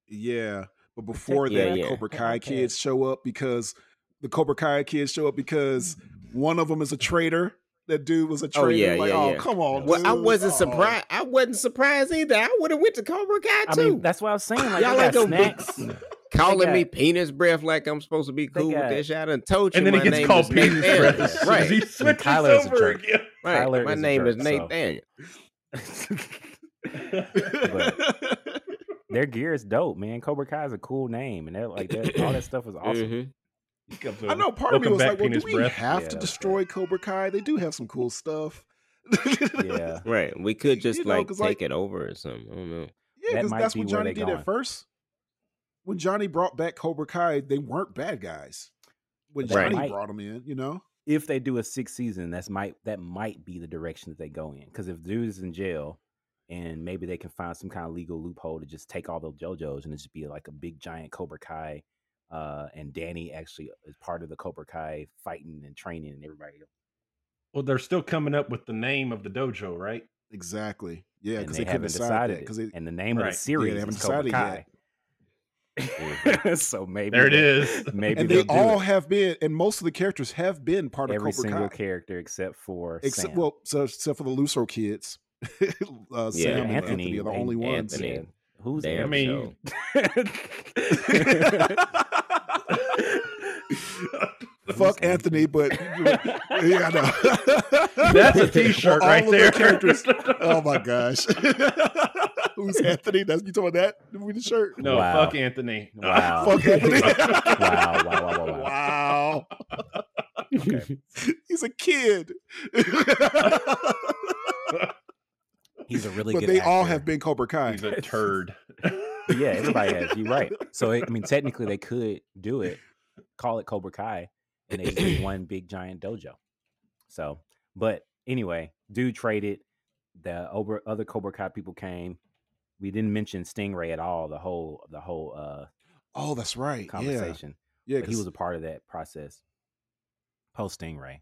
A: Yeah, but before
C: Yeah,
A: that, the
C: yeah.
A: Cobra
D: Oh,
B: Yeah,
A: Kai
B: okay.
A: kids show up because the Cobra Kai kids show up because one of them is a traitor. That dude was a
C: Oh,
A: traitor.
C: yeah,
A: like,
C: yeah,
A: oh
C: yeah.
A: come on.
C: Well, I
A: dude.
C: wasn't
A: Oh.
C: surprised. I wasn't surprised either. I would have went to Cobra Kai
B: I
C: too.
B: mean, that's what I was saying. Like,
C: Y'all
B: they
C: ain't
B: got
C: gonna be-
B: snacks.
C: Calling
B: got-
C: me penis breath like I'm supposed to be
B: They
C: cool
B: got-
C: with that shit. I done told you
D: And then
C: my
D: he gets
C: name
D: called
C: is
D: Peter's
C: Nate
D: breath
C: Daniels.
D: as soon as
C: Right,
D: he
C: right.
D: switches
B: Tyler is a
D: over
B: jerk.
D: again.
B: Tyler
C: my
B: is a
C: name is
B: jerk,
C: Nate
B: so-
C: Daniel.
B: Their gear is dope, man. Cobra Kai is a cool name, and they're like that, all that stuff is awesome.
C: Mhm.
D: He comes
A: I
D: over.
A: know part of
D: Welcome
A: me was
D: back,
A: like, well, do
D: penis
A: we
D: breath.
A: have
B: Yeah,
A: to
B: that's
A: destroy Cobra Kai? They do have some cool stuff.
B: Yeah,
C: Right. We could just
A: You know,
C: like
A: 'cause,
C: take
A: like-
C: it over or something. I don't know.
A: Yeah,
B: That
A: because
B: might
A: that's
B: be
A: what
B: where
A: Johnny
B: they
A: did
B: going.
A: at first. When Johnny brought back Cobra Kai, they weren't bad guys. When
B: But they
A: Johnny
B: might-
A: brought them in, you know,
B: if they do a sixth season, that's might that might be the direction that they go in. Because if dude is in jail, and maybe they can find some kind of legal loophole to just take all those JoJos and it just be like a big giant Cobra Kai, uh, and Danny actually is part of the Cobra Kai fighting and training and everybody. else.
D: Well, they're still coming up with the name of the dojo, right?
A: exactly. Yeah,
B: and
A: because they, couldn't decide that. Because
B: it. and the name of
D: Right.
B: the
D: Yeah,
B: series
A: they haven't
B: is Cobra Kai.
A: decided
B: so maybe
D: There it
B: they-
D: is.
B: Maybe
A: and
B: they'll
A: they
B: do
A: all
B: it.
A: have been, and most of the characters have been part
B: every
A: of Cobra
B: single
A: Kai,
B: character except for
A: except
B: Sam.
A: well, so, except for the Lucero kids. uh, Sam
C: Yeah,
A: and Anthony, are the
B: they-
A: only ones.
C: Anthony.
B: Yeah. Who's
C: Damn
D: I mean,
C: show.
A: Fuck Anthony, but yeah, I know.
D: That's a
A: Well,
D: T-shirt
A: all
D: right
A: of the
D: there.
A: characters- Oh my gosh. Who's Anthony? That's you talking about that? With the shirt.
D: No,
B: Wow.
D: fuck Anthony.
B: Wow.
A: Fuck Anthony.
B: wow, wow, wow, wow, wow.
A: Wow.
B: Okay.
A: He's a kid.
B: He's a really
A: but
B: good
A: they all
B: actor.
A: have been Cobra Kai.
D: He's a turd.
B: Yeah, everybody has. You're right. So, it, I mean, technically, they could do it, call it Cobra Kai, and they just be one big giant dojo. So, but anyway, dude traded. The over, other Cobra Kai people came. We didn't mention Stingray at all. The whole the whole uh,
A: Oh, that's right. Yeah.
B: conversation.
A: Yeah,
B: but he was a part of that process. Post Stingray,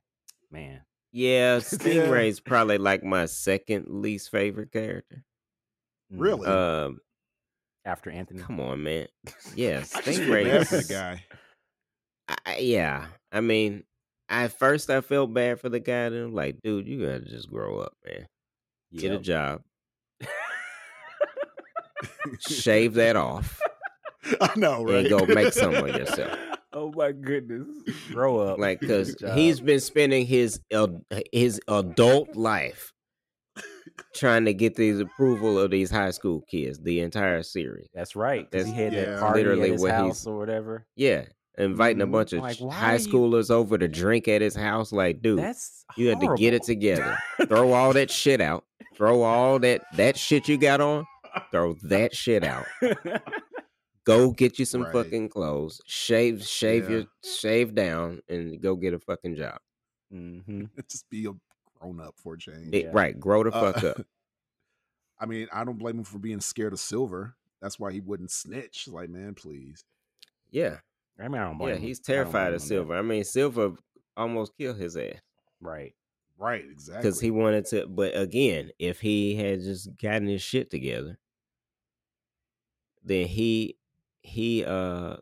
B: man.
C: Yeah, Stingray's probably like my second least favorite character.
B: Mm,
A: Really?
C: Um,
B: After Anthony,
C: Come on, man. Yeah,
A: I just feel bad for
C: Stingrays.
A: the guy.
C: I, I- yeah, I mean, at first I felt bad for the guy. Then I'm like, dude, you gotta just grow up, man. Get a
B: Yep.
C: job. Shave that off
A: I know, right?
C: and go make something of yourself.
B: oh my goodness, grow up.
C: Like,
B: Get a
C: cause
B: job.
C: he's been spending his ad- his adult life trying to get these approval of these high school kids. The entire series.
B: That's right. Because he had
C: That's
B: that
A: yeah,
B: party
C: literally
B: at his
C: what he's-
B: house or whatever.
C: Yeah, inviting a
A: Mhm.
C: bunch of
B: Mm-hmm. Like, why
C: high
B: are you-
C: schoolers over to drink at his house. Like, dude,
B: That's
C: you had to get it
B: horrible.
C: together. throw all that shit out. Throw all that that shit you got on. Throw that shit out. Go get you some
A: Right.
C: fucking clothes. Shave, shave
A: Yeah.
C: your shave down, and go get a fucking job.
B: Mhm.
A: just be a grown up for a change.
C: Big-
B: Yeah.
C: Right, grow the
A: Uh,
C: fuck up.
A: I mean, I don't blame him for being scared of Silver. That's why he wouldn't snitch. Like, man, please.
C: Yeah,
B: I mean, I don't blame
C: yeah,
B: him. I
C: he's
B: don't blame
C: terrified of
B: him there.
C: Silver. I mean, Silver almost killed his ass
B: Right.
A: Right, exactly.
C: because he wanted to. But again, if he had just gotten his shit together, then he he uh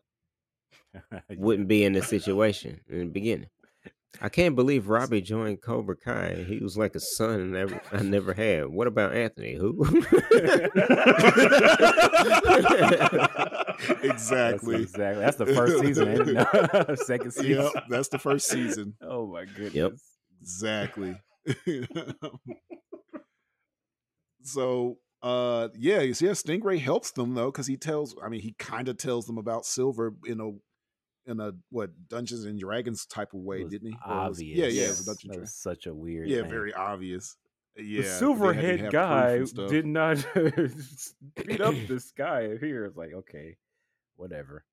C: wouldn't be in this situation in the beginning. I can't believe Robbie joined Cobra Kai. He was like a son I never, I never had. What about Anthony? Who?
A: Exactly.
B: That's exactly. That's the first season. ain't it? No, Second season.
A: Yep, that's the first season.
B: Oh my goodness.
A: Exactly. so uh yeah, you see yeah, Stingray helps them though, because he tells I mean he kinda tells them about Silver in a in a what Dungeons and Dragons type of way,
B: It was
A: didn't he? Or it was-
B: Obvious.
A: yeah, yeah, it was a Dungeons and
B: That
A: Dragons.
B: was such a weird.
A: Yeah,
B: thing.
A: very obvious. Yeah,
B: The
A: they had to
B: silverhead
A: have proof
B: guy
A: and stuff.
B: did not beat up this guy here. It's like okay, whatever.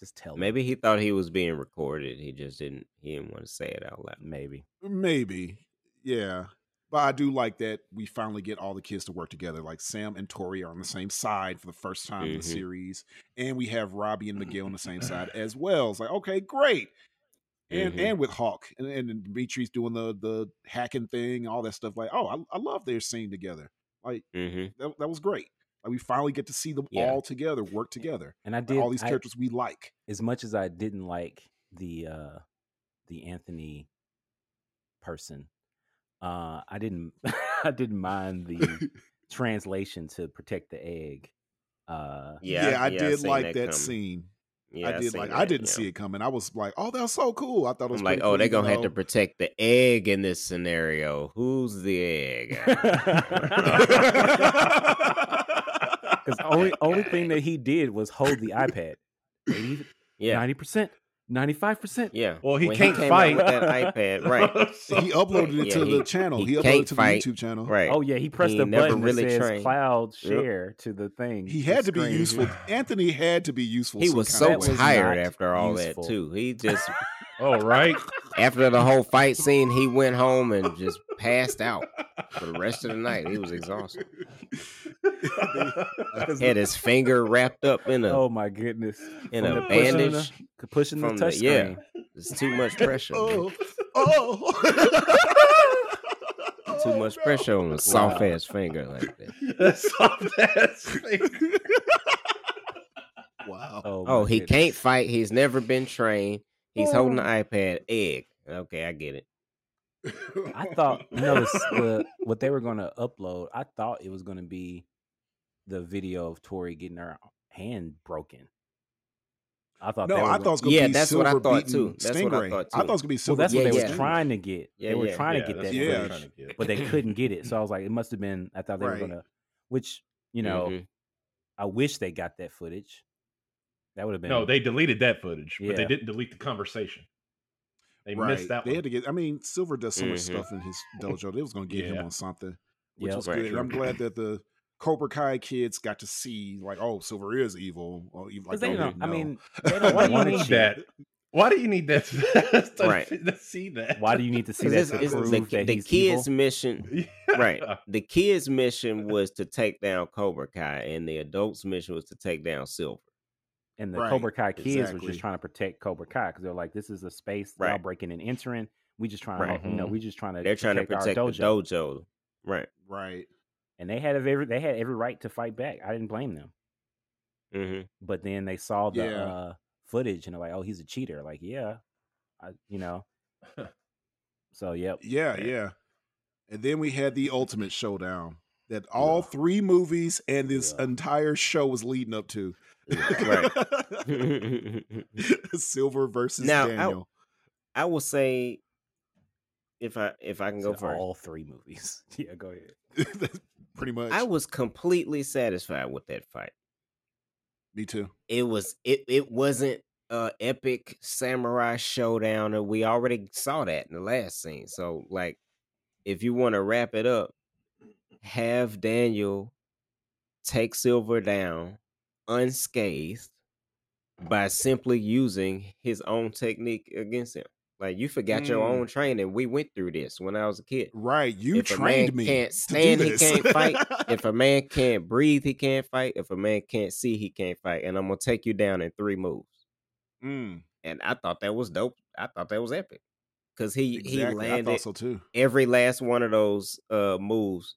B: Just tell. me.
C: Maybe he thought he was being recorded. He just didn't. He didn't want to say it out loud.
B: Maybe.
A: Maybe. Yeah. But I do like that we finally get all the kids to work together. Like Sam and Tori are on the same side for the first time in the
C: Mhm.
A: series. And we have Robbie and Miguel on the same side as well. It's like, okay, great. And
C: Mhm.
A: and with Hawk and, and Dimitri's doing the the hacking thing, all that stuff. Like, oh, I, I love their scene together. Like
C: hmm
A: that, that was great. Like we finally get to see them
C: Yeah.
A: all together, work together.
B: And I
A: Like,
B: did
A: all these
B: I-
A: characters we like.
B: as much as I didn't like the uh the Anthony person, uh I didn't I didn't mind the translation to protect the egg. Uh
C: Yeah,
A: I
C: I
A: did
C: seen
A: like that
C: coming.
A: scene.
C: Yeah,
A: I did
C: seen
A: like I
C: that,
A: didn't
C: yeah.
A: see it coming. I was like, oh, that was so cool. I thought it was
C: I'm like,
A: pretty
C: oh,
A: cool,
C: they're
A: even
C: gonna have to
A: though-
C: protect the egg in this scenario. Who's the egg?
B: because only only
C: Okay.
B: thing that he did was hold the iPad. 80,
C: yeah,
B: 90%, 95%.
C: yeah.
D: Well, he
C: When
D: can't
C: came out
D: fight.
C: with that iPad, right?
D: Oh,
A: he uploaded it
C: Yeah,
A: to
C: he-
A: the channel.
C: he
A: He, uploaded
C: can't
A: it to
C: fight,
A: the YouTube channel.
C: Right.
B: Oh yeah, he pressed
C: He
B: the
C: never
B: button
C: really
B: that says
C: trained.
B: cloud
C: Yep.
B: share to the thing.
A: He
B: the
A: had to be
B: screen.
A: useful. Anthony had to be useful.
C: He
A: some
C: was
A: kind
C: so
A: of
B: was
A: way.
C: tired
B: not
C: after all
B: useful.
C: that too. He just
D: Oh, right.
C: after the whole fight scene, he went home and just passed out for the rest of the night. He was exhausted. Had his finger wrapped up in a
B: Oh my goodness!
C: in
B: From
C: a
B: the pushing the-
C: bandage.
B: pushing the
C: from the-
B: touch
C: yeah.
B: screen.
C: It's too much pressure. man.
A: oh, oh.
C: Too
A: Oh,
C: much
A: no.
C: pressure on a soft
B: Wow.
C: ass finger like that.
A: Wow.
B: Oh,
C: Oh,
B: my
C: he
B: goodness. Oh.
C: can't fight. He's never been trained. He's holding the iPad. Egg. Okay, I get it.
B: I thought you know the, the, what they were going to upload. I thought it was going to be the video of Tori getting her hand broken. I thought.
A: No,
B: that
A: I thought it was gonna
C: Yeah,
A: be
C: that's what I
A: Silver
C: thought,
A: beating
C: too. That's what I
A: Stingray.
C: thought,
A: I thought it
C: too.
A: was gonna be
B: well,
A: Silver.
B: that's what they
C: Yeah,
B: were
C: yeah.
B: trying to get.
C: Yeah,
B: they were
C: yeah,
B: trying to get that,
D: that's
A: yeah.
D: what I'm
A: footage.
D: trying to get.
B: but they couldn't get it. So I was like, it must have been. I thought they were
A: Right.
B: going to, which you know,
C: Mhm.
B: I wish they got that footage. That would have been
D: No, they deleted that footage, but they
B: Yeah.
D: didn't delete the conversation. They
A: right.
D: missed that
A: they
D: one.
A: had to get. I mean, Silver does so much
C: Mhm.
A: stuff in his dojo. They was gonna get
D: Yeah.
A: him on something. which
B: yeah.
A: was
C: Right,
A: good. And
C: true.
A: I'm glad that the Cobra Kai kids got to see like, oh, Silver is evil. Or evil like,
B: Because they
A: oh,
B: don't. I
A: no.
B: mean, they don't
D: Why
B: want
D: do you
B: you
D: need
B: to-
D: that? Why do you need that to, to,
C: Right.
D: to see that?
B: why do you need to see
C: 'Cause
B: that
C: it's-
B: to
C: it's-
B: prove
C: the,
B: that
C: the
B: he's
C: kid's
B: evil?
C: mission,
D: you?
C: right? The kid's mission was to take down Cobra Kai, and the adult's mission was to take down Silver.
B: and the
A: Right,
B: Cobra Kai kids were
A: exactly.
B: just trying to protect Cobra Kai because they're like, this is a space that y'all
C: Right.
B: breaking and entering. We just trying
C: Right.
B: to, you know, we just trying to.
C: They're trying to protect
B: our
C: the
B: dojo.
C: dojo, right?
A: right.
B: and they had every they had every right to fight back. I didn't blame them,
C: hmm
B: but then they saw the
A: Yeah.
B: uh, footage and they're like, oh, he's a cheater. Like, yeah, I, you know. so yep,
A: Yeah,
D: Yeah.
A: yeah. And then we had the ultimate showdown that all three movies and this
B: Yeah.
A: entire show was leading up to.
C: right.
A: Silver versus
C: Now, I-
A: Daniel.
C: I will say, if I if I can go
B: So
C: first,
B: all three movies. yeah, go ahead.
A: That's Pretty much.
C: I was completely satisfied with that fight.
A: Me too.
C: it was it it wasn't a epic samurai showdown and we already saw that in the last scene so like if you want to wrap it up have daniel take silver down unscathed by simply using his own technique against him Like you forgot your
D: Mm.
C: own training. We went through this when I was a kid.
A: Right. You
C: If a
A: trained me.
C: man can't
A: to do
C: stand, he
A: this.
C: can't fight. If a man can't breathe, he can't fight. If a man can't see, he can't fight. And I'm gonna take you down in three moves.
A: Mm,
C: And I thought that was dope. I thought that was epic because he he
A: exactly. I
C: landed
A: thought so too.
C: every last one of those uh moves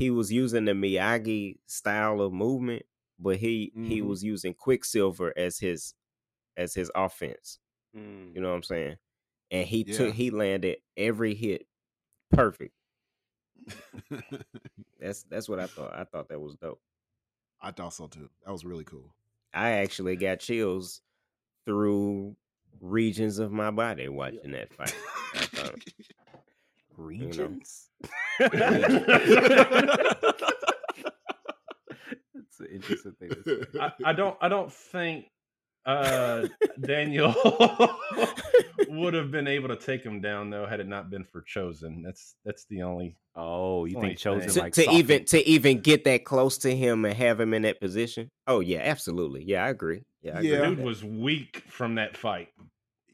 C: he was using the miyagi style of movement but he he
A: Mhm.
C: was using quicksilver as his as his offense
A: Mm.
C: you know what i'm saying and he
A: Yeah.
C: took he landed every hit perfect that's that's what i thought i thought that was dope
A: I thought so too. That was really cool.
C: i actually got chills through regions of my body watching that fight I thought-
B: Regions. It's an interesting thing. to say.
D: I, I don't I don't think uh Daniel would have been able to take him down though had it not been for Chosen. That's that's the only
B: Oh, you
D: Funny
B: think chosen
D: thing.
C: to,
B: like
C: to
B: softened-
C: even to even get that close to him and have him in that position. Oh yeah, absolutely. Yeah, I agree. Yeah, I agree
A: Yeah.
C: with
D: dude
C: that.
D: was weak from that fight.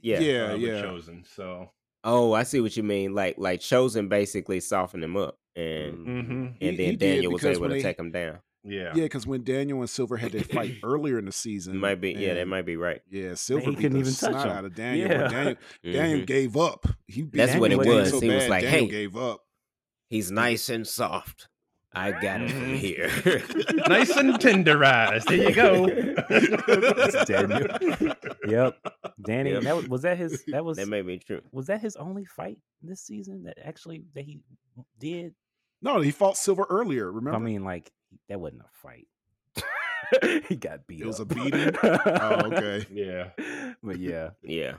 C: yeah.
A: yeah,
D: uh, with
A: yeah.
D: Chosen. So
C: Oh, I see what you mean. Like like chosen basically softened him up, and
D: hmm
A: He-
C: and then
A: he did
C: Daniel was
A: because
C: able
A: when
C: to
A: they-
C: take him down.
D: yeah.
A: Yeah, because when Daniel and Silver had that fight earlier in the season,
C: Might be yeah, that
A: and-
C: might be right.
A: Yeah, Silver
B: he
A: beat
B: couldn't
A: the
B: even touch
A: snot
B: him.
A: out of Daniel. but
B: Yeah.
A: Daniel, Daniel
C: Mhm.
A: gave up. He beat
C: That's what
B: it
A: Daniel
B: was.
A: So
C: He
A: bad,
C: was like,
A: Daniel
C: "Hey."
A: gave up.
C: He's nice and soft. I got it from
D: Mhm.
C: here.
D: nice and tenderized. There you go.
B: That's Daniel. Yep. Danny,
C: Yep.
B: that was, was that his that was
C: that may be true.
B: was that his only fight this season that actually that he did?
A: No, he fought Silver earlier. Remember?
B: I mean, like that wasn't a fight. he got beat.
A: It was a
B: up.
A: beating? oh, okay.
D: Yeah.
B: But yeah,
C: Yeah.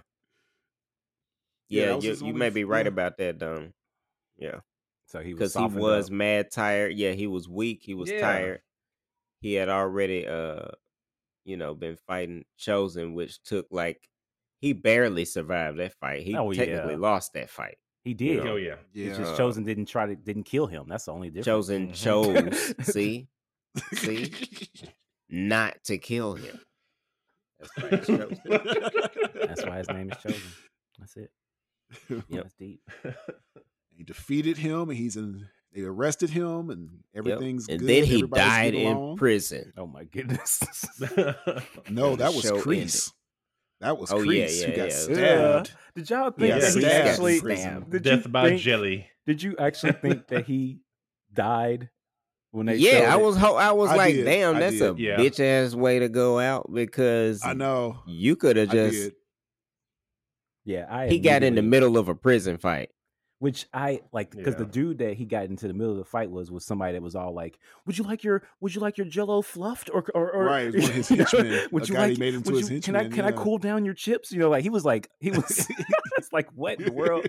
A: Yeah,
C: Yeah,
A: that was
C: you,
A: his
C: you
A: only
C: may
A: f-
C: be right
A: yeah.
C: about that, Dom. Yeah.
B: so he was
C: because he
B: softened
C: was
B: up.
C: mad tired. Yeah, he was weak. He was
D: Yeah.
C: tired. He had already, uh, you know, been fighting chosen, which took like he barely survived that fight. He
B: Oh,
C: technically
B: yeah.
C: lost that fight.
B: He did.
D: Oh yeah.
A: Yeah.
B: It's just chosen didn't try to didn't kill him. That's the only difference.
C: Chosen
D: Mhm.
C: chose, see, see, not to kill him. That's why he chose.
B: That's why his name is chosen. That's it.
C: Yep.
B: That's deep.
A: He defeated him, and he's in. They arrested him, and
C: Yep.
A: everything's
C: And
A: good.
C: then he
A: Everybody's
C: died
A: getting
C: in
A: along.
C: prison.
B: Oh my goodness.
A: No,
C: The
A: that was
C: show ended.
A: Crease. That was
C: Oh, yeah,
A: Crease who
C: yeah,
A: got
C: yeah.
A: stabbed.
B: Did y'all
D: He
B: think
D: got
B: that he
D: stabbed in
B: actually
A: prison.
B: did you
D: Death by
B: think-
D: jelly.
B: Did you actually think that he died when they? showed
C: Yeah, I
B: it?
C: was. Ho- I was
A: I
C: like,
A: did.
C: damn,
A: I
C: that's
A: did.
C: a
D: Yeah.
C: bitch ass way to go out because
A: I know.
C: you could have
A: I
C: just
A: did.
B: Yeah, I.
C: he got in the
B: immediately-
C: middle of a prison fight.
B: which I like, because the
D: Yeah.
B: dude that he got into the middle of the fight was was somebody that was all like, "Would you like your Would you like your Jello fluffed or or, or
A: Right, it was one of his
B: you know,
A: henchmen.
B: Would
A: A
B: you
A: guy he
B: like?
A: made into
B: would
A: his
B: you, can I
A: henchman,
B: can I
A: yeah.
B: cool down your chips? You know, like he was like he was. it's like what in the world?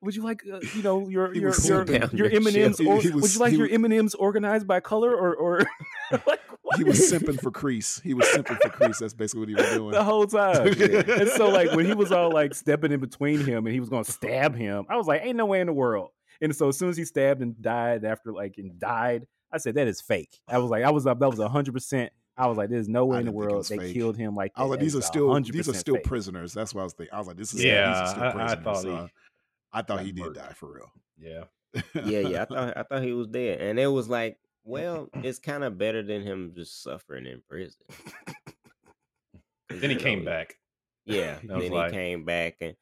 B: Would you like uh, you know your
A: He
B: your
A: was
B: your,
A: cool down
B: your
C: your
B: M and
A: chips.
B: M's?
A: He- he
B: Would
A: was-
B: you like
A: he
B: your
A: was-
B: M and M's organized by color or or like what?
A: He was simping for Crease. He was simping for Crease. That's basically what he was doing.
B: the whole time. and so like when he was all like stepping in between him and he was gonna stab him, I was like, ain't no way in the world. And so as soon as he stabbed and died after like and died, I said that is fake. I was like, I was up, that was hundred percent. I was like, there's no way in the
A: didn't think it
B: world
A: was
B: they
A: fake.
B: killed him like that.
A: I was like,
B: That
A: these
B: is
A: are still these are
B: 100%
A: still
B: fake.
A: prisoners. That's what I was thinking. I was like, this is
D: Yeah,
A: these are
D: I-
A: still
D: I
A: prisoners.
D: thought
A: so
D: he-
A: I thought
D: got
A: he did
D: murdered.
A: die for real.
D: yeah.
C: yeah, yeah. I thought I thought he was dead, and it was like, well, it's kind of better than him just suffering in prison. 'Cause,
D: Then he
C: you
D: came
C: know,
D: back.
C: Yeah,
D: That
C: then
D: was
C: he
D: like-
C: came back, and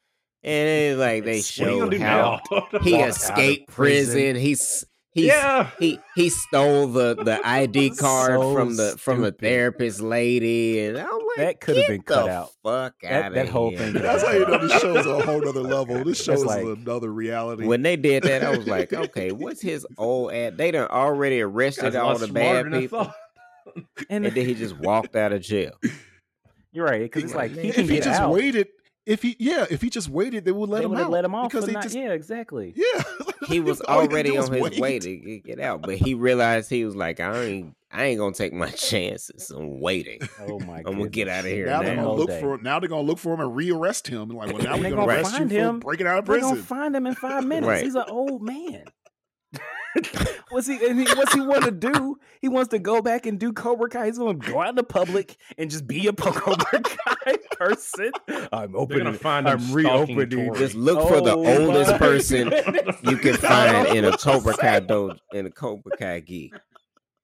C: and it's like
B: What
C: they
B: are you
C: showed
B: gonna do
C: how
D: now?
C: he
B: Walk out of
C: escaped
B: prison.
C: prison. He's he's
D: yeah.
C: he he stole the the ID card
B: So
C: from the from the
B: stupid.
C: therapist lady, and I'm like,
B: That could have
C: "Get
B: been cut
C: the
B: out.
C: Fuck
B: That-
C: outta
B: that whole
C: here."
B: thing could have
A: That's how you know this show's a whole nother level. This show
B: That's
A: is
B: like-
A: another reality.
C: When they did that, I was like, okay, what's his old ad? They done already arrested
D: That's a
C: all
D: lot
C: the
D: smarter
C: bad
D: than I
C: people.
D: thought.
B: And,
C: and then he just walked out of jail.
B: you're right, because it's like he
A: if
B: can
A: he
B: get
A: just
B: out.
A: waited, if he yeah, if he just waited, they would let
B: they
A: him
B: would have
A: out
B: let him off
A: because
B: for
A: they
B: not,
A: just
B: yeah, exactly.
A: yeah.
C: He was
A: All had to
C: already
A: do
C: on
A: was
C: his way
A: wait.
C: to get, get out, but he realized he was like, I ain't, I ain't gonna take my chances. I'm waiting.
B: Oh my god.
C: gonna get outta here
A: Now they're
C: Now
A: gonna
C: all
A: look for him. Now they're gonna look for him and rearrest him. And like, well, now
B: And
A: we're
B: they
A: gonna,
B: gonna
A: arrest
B: find
A: you
B: him.
A: for breaking out of
B: We're gonna
A: prison.
B: find him in five minutes.
C: Right.
B: He's an old man. what's he? And he what's he want to do? He wants to go back and do Cobra Kai. He's going to go out in the public and just be a po- Cobra Kai person. I'm
D: They're
B: opening.
D: gonna find
B: I'm
D: him stalking
B: reopening
D: Tori.
C: Just look for the
B: Oh
C: oldest
B: my
C: person
B: goodness.
C: you can find in a Cobra Kai dojo in a Cobra Kai gi.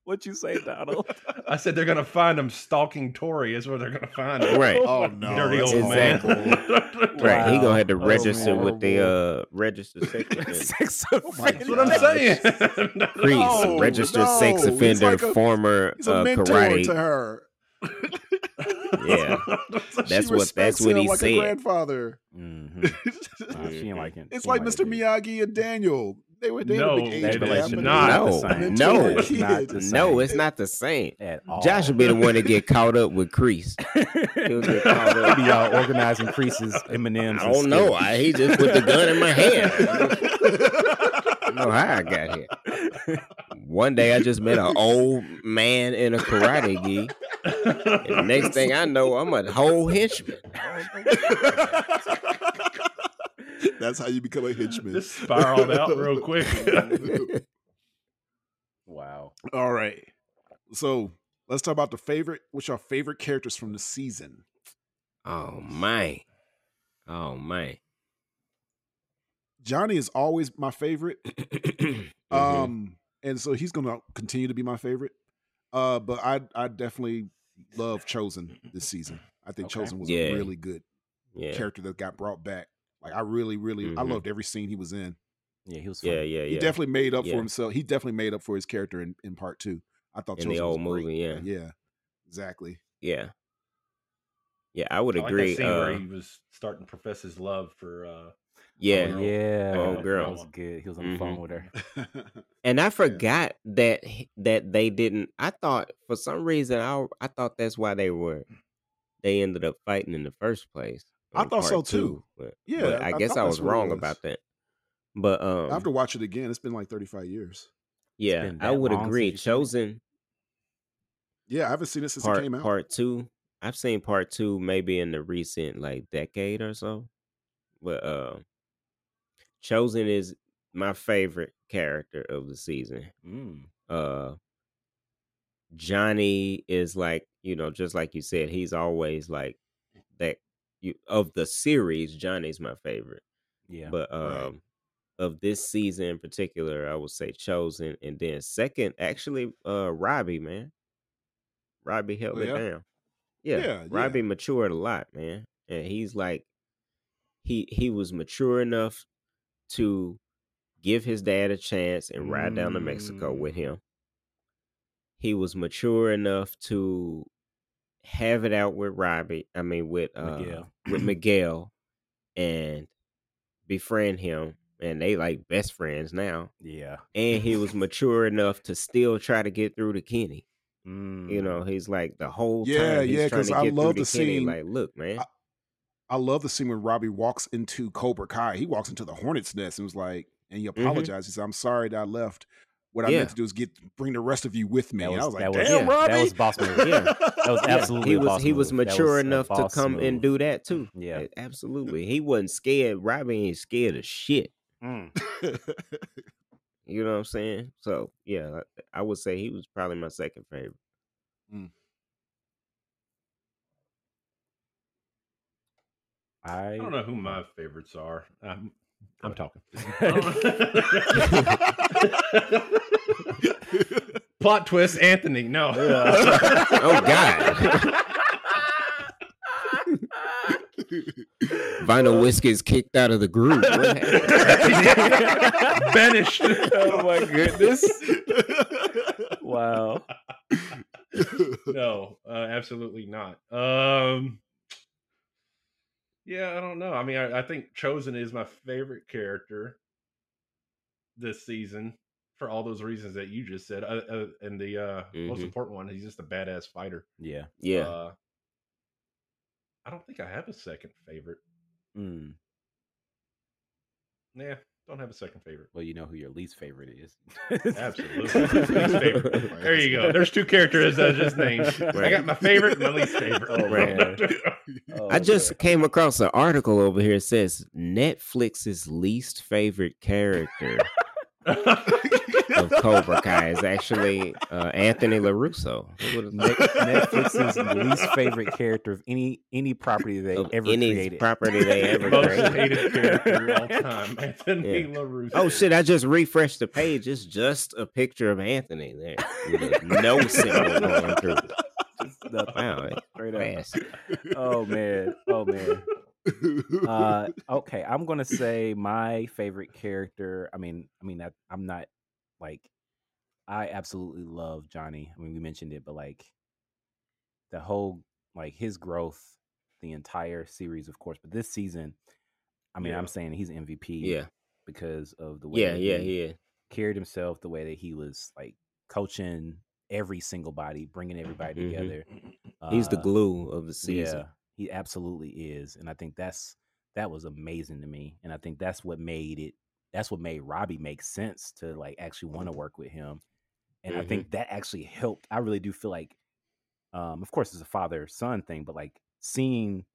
B: What you say, Donald?
D: I said they're gonna find him stalking Tori. Is where they're gonna find him.
C: Right.
A: Oh no,
D: Dirty
A: that's
D: old
C: Exactly.
A: horrible.
D: man.
C: Right, he
B: Wow.
C: gonna have to
B: Oh,
C: register
B: man.
C: with the uh register secretary.
B: Sex
D: That's
B: offender.
D: what I'm saying.
C: Priest,
A: No,
C: registered
A: no,
C: sex
A: he's
C: offender,
A: like a-
C: former
A: He's a
C: uh,
A: mentor to
C: karate.
A: her.
C: Yeah.
A: She
C: That's what- that's
A: respects
C: what
A: him
C: he
A: like
C: said.
A: A grandfather.
B: Mhm. Nah, she
A: it's
B: ain't like it. She ain't
A: like Mr.
B: it, dude.
A: Miyagi and Daniel. They were they
D: No,
A: were big
D: they
A: age
B: That
D: It is
B: relationship is
D: not.
B: not
C: No,
B: the same. It
C: no.
B: is not the
A: It's
B: same Oh.
C: No, it's not the same.
B: at all.
C: Josh would be the one to get caught up with Crease. He'll get caught
B: He'd
C: up.
B: be all organizing creases, M&M's.
C: I
B: and
C: don't know.
B: Skittles.
C: I, he just put the gun in my hand. I don't know how I got here. One day I just met an old man in a karate gi. And the next thing I know, I'm a whole henchman.
A: That's how you become a henchman.
D: This spiraled out real quick.
B: Wow.
A: All right. So let's talk about the favorite. What's your favorite characters from the season?
C: Oh man. Oh man.
A: Johnny is always my favorite.
C: Mhm.
A: Um, and so he's gonna continue to be my favorite. Uh, but I I definitely love Chosen this season. I think
B: Okay.
A: Chosen was
C: Yeah.
A: a really good
C: yeah.
A: character that got brought back. Like I really, really I
C: Mhm.
A: loved every scene he was in.
B: Yeah, he was
C: yeah, yeah,
B: funny.
C: yeah,
A: He definitely made up
C: Yeah.
A: for himself. He definitely made up for his character in, in part two. I thought
C: In
A: Chosen
C: the
A: was
C: old
A: great.
C: movie, yeah.
A: Yeah, exactly.
C: yeah, yeah. I would
D: I like that
C: agree.
D: scene
C: uh,
D: where he was starting to profess his love for. Uh,
C: yeah,
D: girl.
B: Yeah.
C: Oh,
B: That
C: girl. Mm-hmm.
B: was good. He was on the phone with her.
C: and I forgot that h- that they didn't. I thought for some reason I I thought that's why they were they ended up fighting in the first place.
A: I
C: on
A: thought so,
C: part two,
A: too.
C: but,
A: Yeah,
C: but I,
A: I- I
C: guess
A: thought
C: I
A: that's
C: was
A: what it
C: wrong
A: was.
C: about that. But um,
A: I have to watch it again. It's been like 35 years.
C: yeah,
B: been
C: I
B: that
C: would
B: long since
C: agree.
B: you've seen it?
C: Chosen
A: Yeah, I haven't seen it since
C: part
A: it came out.
C: part two. I've seen part two maybe in the recent like decade or so, but uh, Chosen is my favorite character of the season.
B: Mm.
C: Uh, Johnny is like you know just like you said he's always like that. You of the series, Johnny's my favorite,
B: Yeah.
C: but um.
A: Right.
C: Of this season in particular, I would say chosen, and then second, actually, uh, Robbie, man, Robbie held
A: Oh,
C: it
A: yeah?
C: down. Yeah,
A: Yeah,
C: Robbie
A: yeah.
C: matured a lot, man, and he's like, he he was mature enough to give his dad a chance and ride down to Mexico with
B: Mm.
C: him. He was mature enough to have it out with Robbie. I mean, with uh,
B: Miguel.
C: with Miguel, and befriend him, and they like best friends now.
B: yeah.
C: And he was mature enough to still try to get through to Kenny. You
B: Mm.
C: know, he's like the whole
A: Yeah,
C: time. he's
A: yeah,
C: trying
A: 'cause
C: to
A: I
C: get through
A: love
C: to
A: the
C: Kenny,
A: scene-
C: Like, look, man.
A: I- I love the scene when Robbie walks into Cobra Kai. He walks into the Hornet's Nest and was like, and he apologizes. He said, I'm sorry that I left. What I
C: Mm-hmm. Yeah.
A: meant to do is get bring the rest of you with me.
B: That
A: And
B: was,
A: I was like,
B: that was,
A: damn,
B: yeah,
A: Robbie.
B: That was boss move.
C: Yeah.
B: That was
C: Yeah,
B: absolutely
C: he
B: a
C: was
B: boss
C: he was
B: move. That
C: mature
B: was a
C: enough to
B: boss
C: come and
B: move.
C: do that too.
B: Yeah.
C: A- absolutely. He wasn't scared. Robbie ain't scared of shit.
D: Mm.
C: You know what I'm saying? So yeah, I, I would say he was probably my second favorite.
B: I,
D: I don't know who my favorites are. I'm, I'm talking. Plot twist, Anthony. No.
B: Yeah.
C: Oh, God. Vinyl Whiskers kicked out of the group. What happened?
D: Banished.
B: oh my goodness. Wow.
D: no, uh, absolutely not. Um, yeah, I don't know. I mean, I, I think Chosen is my favorite character this season for all those reasons that you just said. Uh, uh, and the uh, most
C: Mhm.
D: important one, he's just a badass fighter.
B: Yeah.
C: yeah.
D: Uh, I don't think I have a second favorite.
C: Uh,
B: Mm.
D: Nah, don't have a second favorite.
B: Well, you know who your least favorite is.
D: Absolutely. Least favorite. There you go. There's two characters that I just named. I
C: Right.
D: got my favorite and my least favorite.
B: Oh, man. Oh,
C: I just
B: man.
C: came across an article over here. It says Netflix's least favorite character of Cobra Kai is actually uh, Anthony LaRusso. What is-
B: Net- Netflix's least favorite character of any any property they
C: of
B: ever
C: any
B: created.
C: property they ever
D: Most
C: created.
D: hated character of all time, Anthony
C: Yeah.
D: LaRusso.
C: Oh shit! I just refreshed the page. It's just a picture of Anthony there. with no symbol going through. it.
B: Nothing.
C: Wow, that's
B: Straight up.
C: fast.
B: Oh man. Oh man. Uh, okay, I'm gonna say my favorite character. I mean, I mean, I, I'm not like I absolutely love Johnny. I mean, we mentioned it, but like the whole like his growth, the entire series, of course. But this season, I mean,
D: Yeah.
B: I'm saying he's MVP.
C: Yeah,
B: because of the way
C: yeah,
B: that
C: yeah,
B: he
C: yeah.
B: carried himself, the way that he was like coaching every single body, bringing everybody
C: Mhm.
B: together.
C: He's the
B: Uh,
C: glue of the season.
B: yeah, he absolutely is, and I think that's that was amazing to me, and I think that's what made it. That's what made Robbie make sense to like actually want to
C: Mm-hmm.
B: work with him, and I
C: Mhm.
B: think that actually helped. I really do feel like, um, of course, it's a father son thing, but like seeing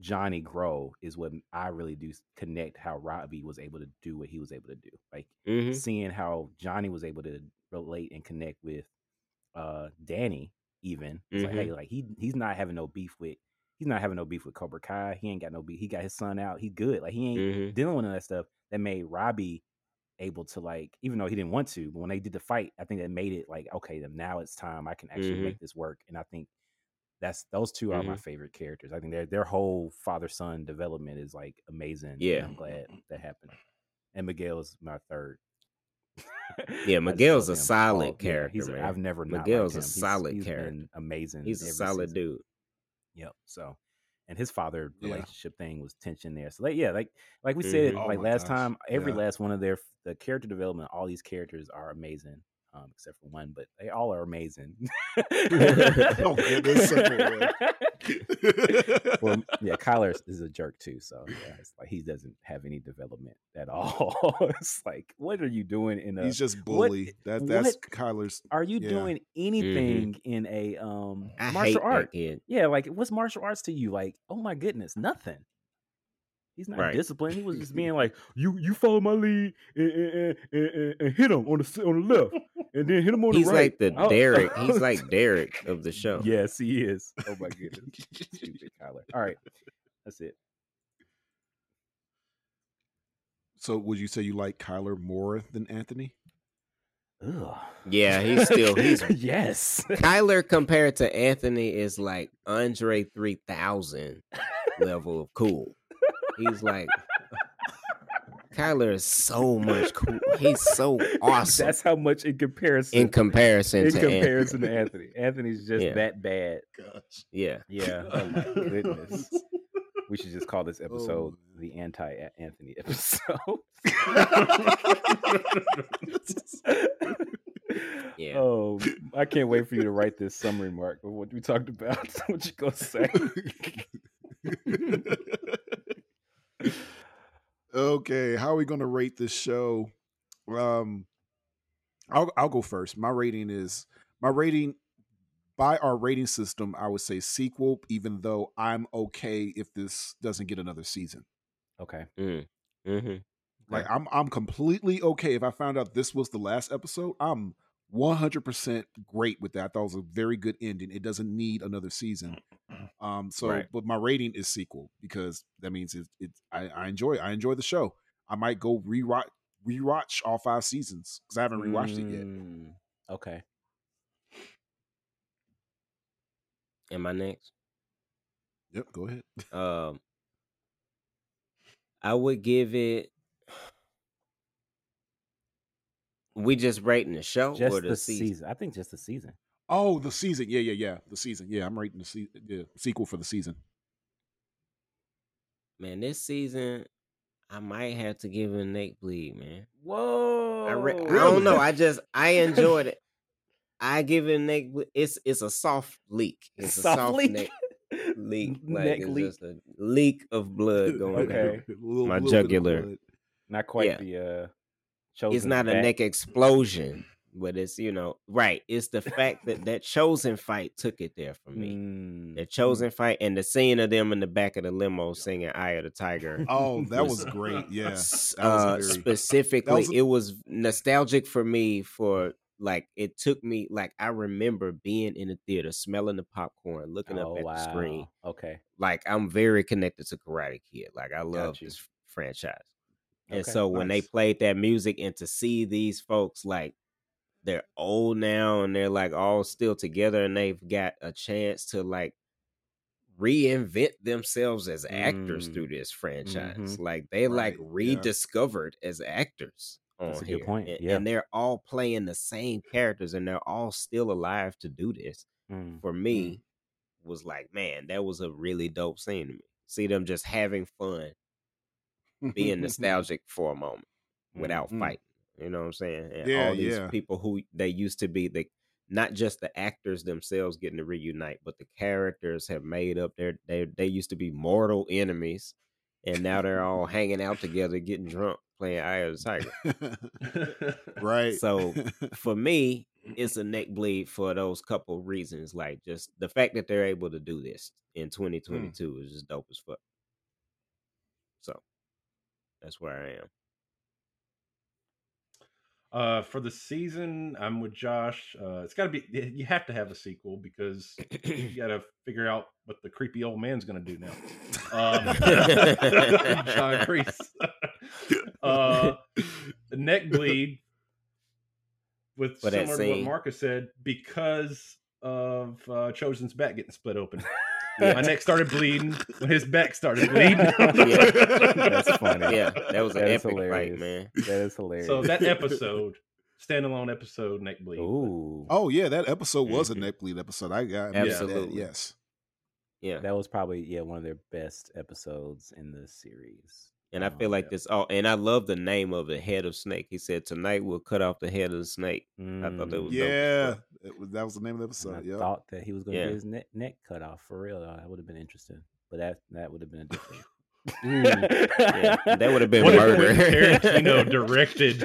B: Johnny grow is what I really do s- connect how Robbie was able to do what he was able to do. Like
C: hmm
B: seeing how Johnny was able to relate and connect with uh Danny even. It's
C: Mhm.
B: like, hey, like he he's not having no beef with he's not having no beef with Cobra Kai. He ain't got no beef. He got his son out. He good. Like he ain't
C: hmm
B: dealing with none of that stuff that made Robbie able to like, even though he didn't want to, but when they did the fight, I think that made it like, okay, then now it's time I can actually
C: Mhm.
B: make this work. And I think that's those 2
C: Mm-hmm.
B: are my favorite characters. I think their their whole father son development is like amazing. and
C: Yeah.
B: I'm glad that happened. And Miguel's my third.
C: Yeah,
B: I just
C: Miguel's
B: love
C: a
B: him. Oh,
C: solid
B: yeah, he's-
C: character, man.
B: I've never not liked
C: Miguel's a
B: him. He's-
C: solid
B: he's
C: character.
B: been amazing.
C: He's a
B: every
C: solid
B: season.
C: dude.
B: Yep. So, and his father
A: Yeah.
B: relationship thing was tension there. So, like, yeah, like like we
C: Mhm.
B: said,
A: Oh
B: like
A: my
B: last
A: gosh,
B: time, every
A: yeah.
B: last one of their the character development, all these characters are amazing, um, except for one, but they all are amazing.
A: Oh, goodness, such a
C: Uh,
B: well, yeah, Kyler is- is a jerk too, so yeah, it's like he doesn't have any development at all. it's like, what are you doing in a?
A: He's just bully. that that's
B: what-
A: Kyler's.
B: are you
A: yeah. Mm-hmm.
B: doing anything in a um
C: I hate
B: martial
C: that
B: art?
C: kid.
B: Yeah, like what's martial arts to you? Like, oh my goodness, nothing. He's not
C: Right.
B: disciplined. He was just being like, you you follow my lead and, and, and, and- and hit him on the s- on the left, and then hit him on
C: He's
B: the
C: like
B: right.
C: the
B: Oh.
C: Derek. He's like Derek of the show.
B: Yes, he is. Oh my goodness, stupid Kyler. All right, that's it.
A: So would you say you like Kyler more than Anthony?
B: Ugh.
C: Yeah, he's still he's
B: yes.
C: Kyler compared to Anthony is like Andre 3000 level of cool. He's like Kyler is so much cool. He's so awesome
B: That's how much in comparison.
C: in comparison
B: in
C: to
B: comparison
C: Anthony.
B: to Anthony, Anthony's just
C: Yeah.
B: that bad.
A: Gosh.
C: Yeah.
B: Yeah. Oh my goodness. We should just call this episode
C: Oh,
A: man.
B: the anti Anthony episode.
C: Yeah.
B: Oh, I can't wait for you to write this summary, Mark, of what we talked about. what you gonna say?
A: okay, how are we gonna rate this show? Um, I'll I'll go first. My rating is my rating by our rating system. I would say sequel, even though I'm okay if this doesn't get another season.
B: Okay.
C: Mm. hmm
A: Like I'm I'm completely okay if I found out this was the last episode. I'm 100% great with that. I thought it was a very good ending. It doesn't need another season. Um so
C: Right.
A: but my rating is sequel because that means it, it I, I enjoy I enjoy the show. I might go rewatch rewatch all five seasons cuz I haven't rewatched it yet.
B: Mm, Okay.
C: Am I next?
A: Yep, go ahead.
C: Um I would give it we just rating the show
B: Just
C: or
B: the, season. I think just the season.
A: Oh, the season. Yeah, yeah, yeah. The season. Yeah, I'm rating the se- yeah, sequel for the season.
C: Man, this season, I might have to give it a neck bleed, man.
B: Whoa.
C: I, re- I don't know. I just I enjoyed it. I give it a neck. ble- It's it's a soft leak. It's a soft neck leak. Like
B: Neck
C: it's
B: leak.
C: just a leak of blood going
B: Okay.
C: down.
A: A little-
C: My
A: little bit of
C: jugular.
A: blood.
B: Not quite
C: Yeah.
B: the uh chosen.
C: It's not a
B: back.
C: neck explosion, but it's you know right. It's the fact that that chosen fight took it there for me.
B: Mm.
C: The chosen fight and the scene of them in the back of the limo singing "Eye of the Tiger."
A: Oh, that was great. Yeah.
C: S-
A: that was
C: uh,
A: very-
C: specifically,
A: that was a-
C: it was nostalgic for me. For like, it took me like I remember being in the theater, smelling the popcorn, looking
B: Oh
C: up at
B: wow.
C: the screen.
B: Okay.
C: Like I'm very connected to Karate Kid. Like I love
B: you.
C: this f- franchise. And
B: Okay,
C: so when they
A: nice.
C: played that music and to see these folks like they're old now and they're like all still together and they've got a chance to like reinvent themselves as actors
B: Mm.
C: through this franchise.
B: Mhm.
C: Like they like
A: Right, yeah.
C: rediscovered as actors. On
B: That's a good
C: here.
B: point,
C: And,
B: yeah.
C: and they're all playing the same characters and they're all still alive to do this.
B: Mm.
A: Mm-hmm.
C: For me, was like, man, that was a really dope scene to me. See them just having fun
A: Mm-hmm.
C: being nostalgic for a moment without
A: Mhm.
C: fighting. You know what I'm saying? And
A: Yeah,
C: all these
A: yeah.
C: people who they used to be the not just the actors themselves getting to reunite, but the characters have made up their they they used to be mortal enemies and now they're all hanging out together, getting drunk, playing Eye of the Tiger.
A: right.
C: So, For me,
B: Mm-hmm.
C: it's a neck bleed for those couple reasons. Like just the fact that they're able to do this
B: Mm.
C: in 2022 is just dope as fuck. So that's where I am.
D: Uh, for the season, I'm with Josh. Uh, it's got to be. You have to have a sequel because you got to figure out what the creepy old man's going to do now. Um,
C: Um,
D: John Kreese. uh, neck bleed. With
C: For that
D: similar to what
C: scene.
D: Marcus said, because of uh, Chosen's back getting split open,
C: Yeah.
D: my neck started bleeding when his back started bleeding.
C: Yeah.
B: That's funny.
C: yeah, that was an
B: That is
C: epic fight,
B: hilarious.
C: man.
B: That is hilarious.
D: So that episode, standalone episode, neck bleed.
B: Ooh.
A: oh yeah, that episode was a
B: Mm-hmm.
C: Mhm.
A: neck bleed episode. I got I missed that,
C: Absolutely.
A: Yes.
C: Yeah,
B: That was probably yeah one of their best episodes in the series.
C: and I feel
B: Oh,
C: like
B: yeah.
C: this. Oh, and I love the name of the head of snake. He said, "Tonight we'll cut off the head of the snake." I
B: Mm.
C: thought that was dope as
A: Yeah.
C: fuck.
A: It was- that was the name of the
B: And
A: episode.
B: I
A: Yeah.
B: thought that he was going to
C: Yeah.
B: get his neck, neck cut off for real. Though. That would have been interesting, but that that would have been a different. Mm.
C: Yeah, that would have been
D: What if
C: murder.
D: Quentin Tarantino directed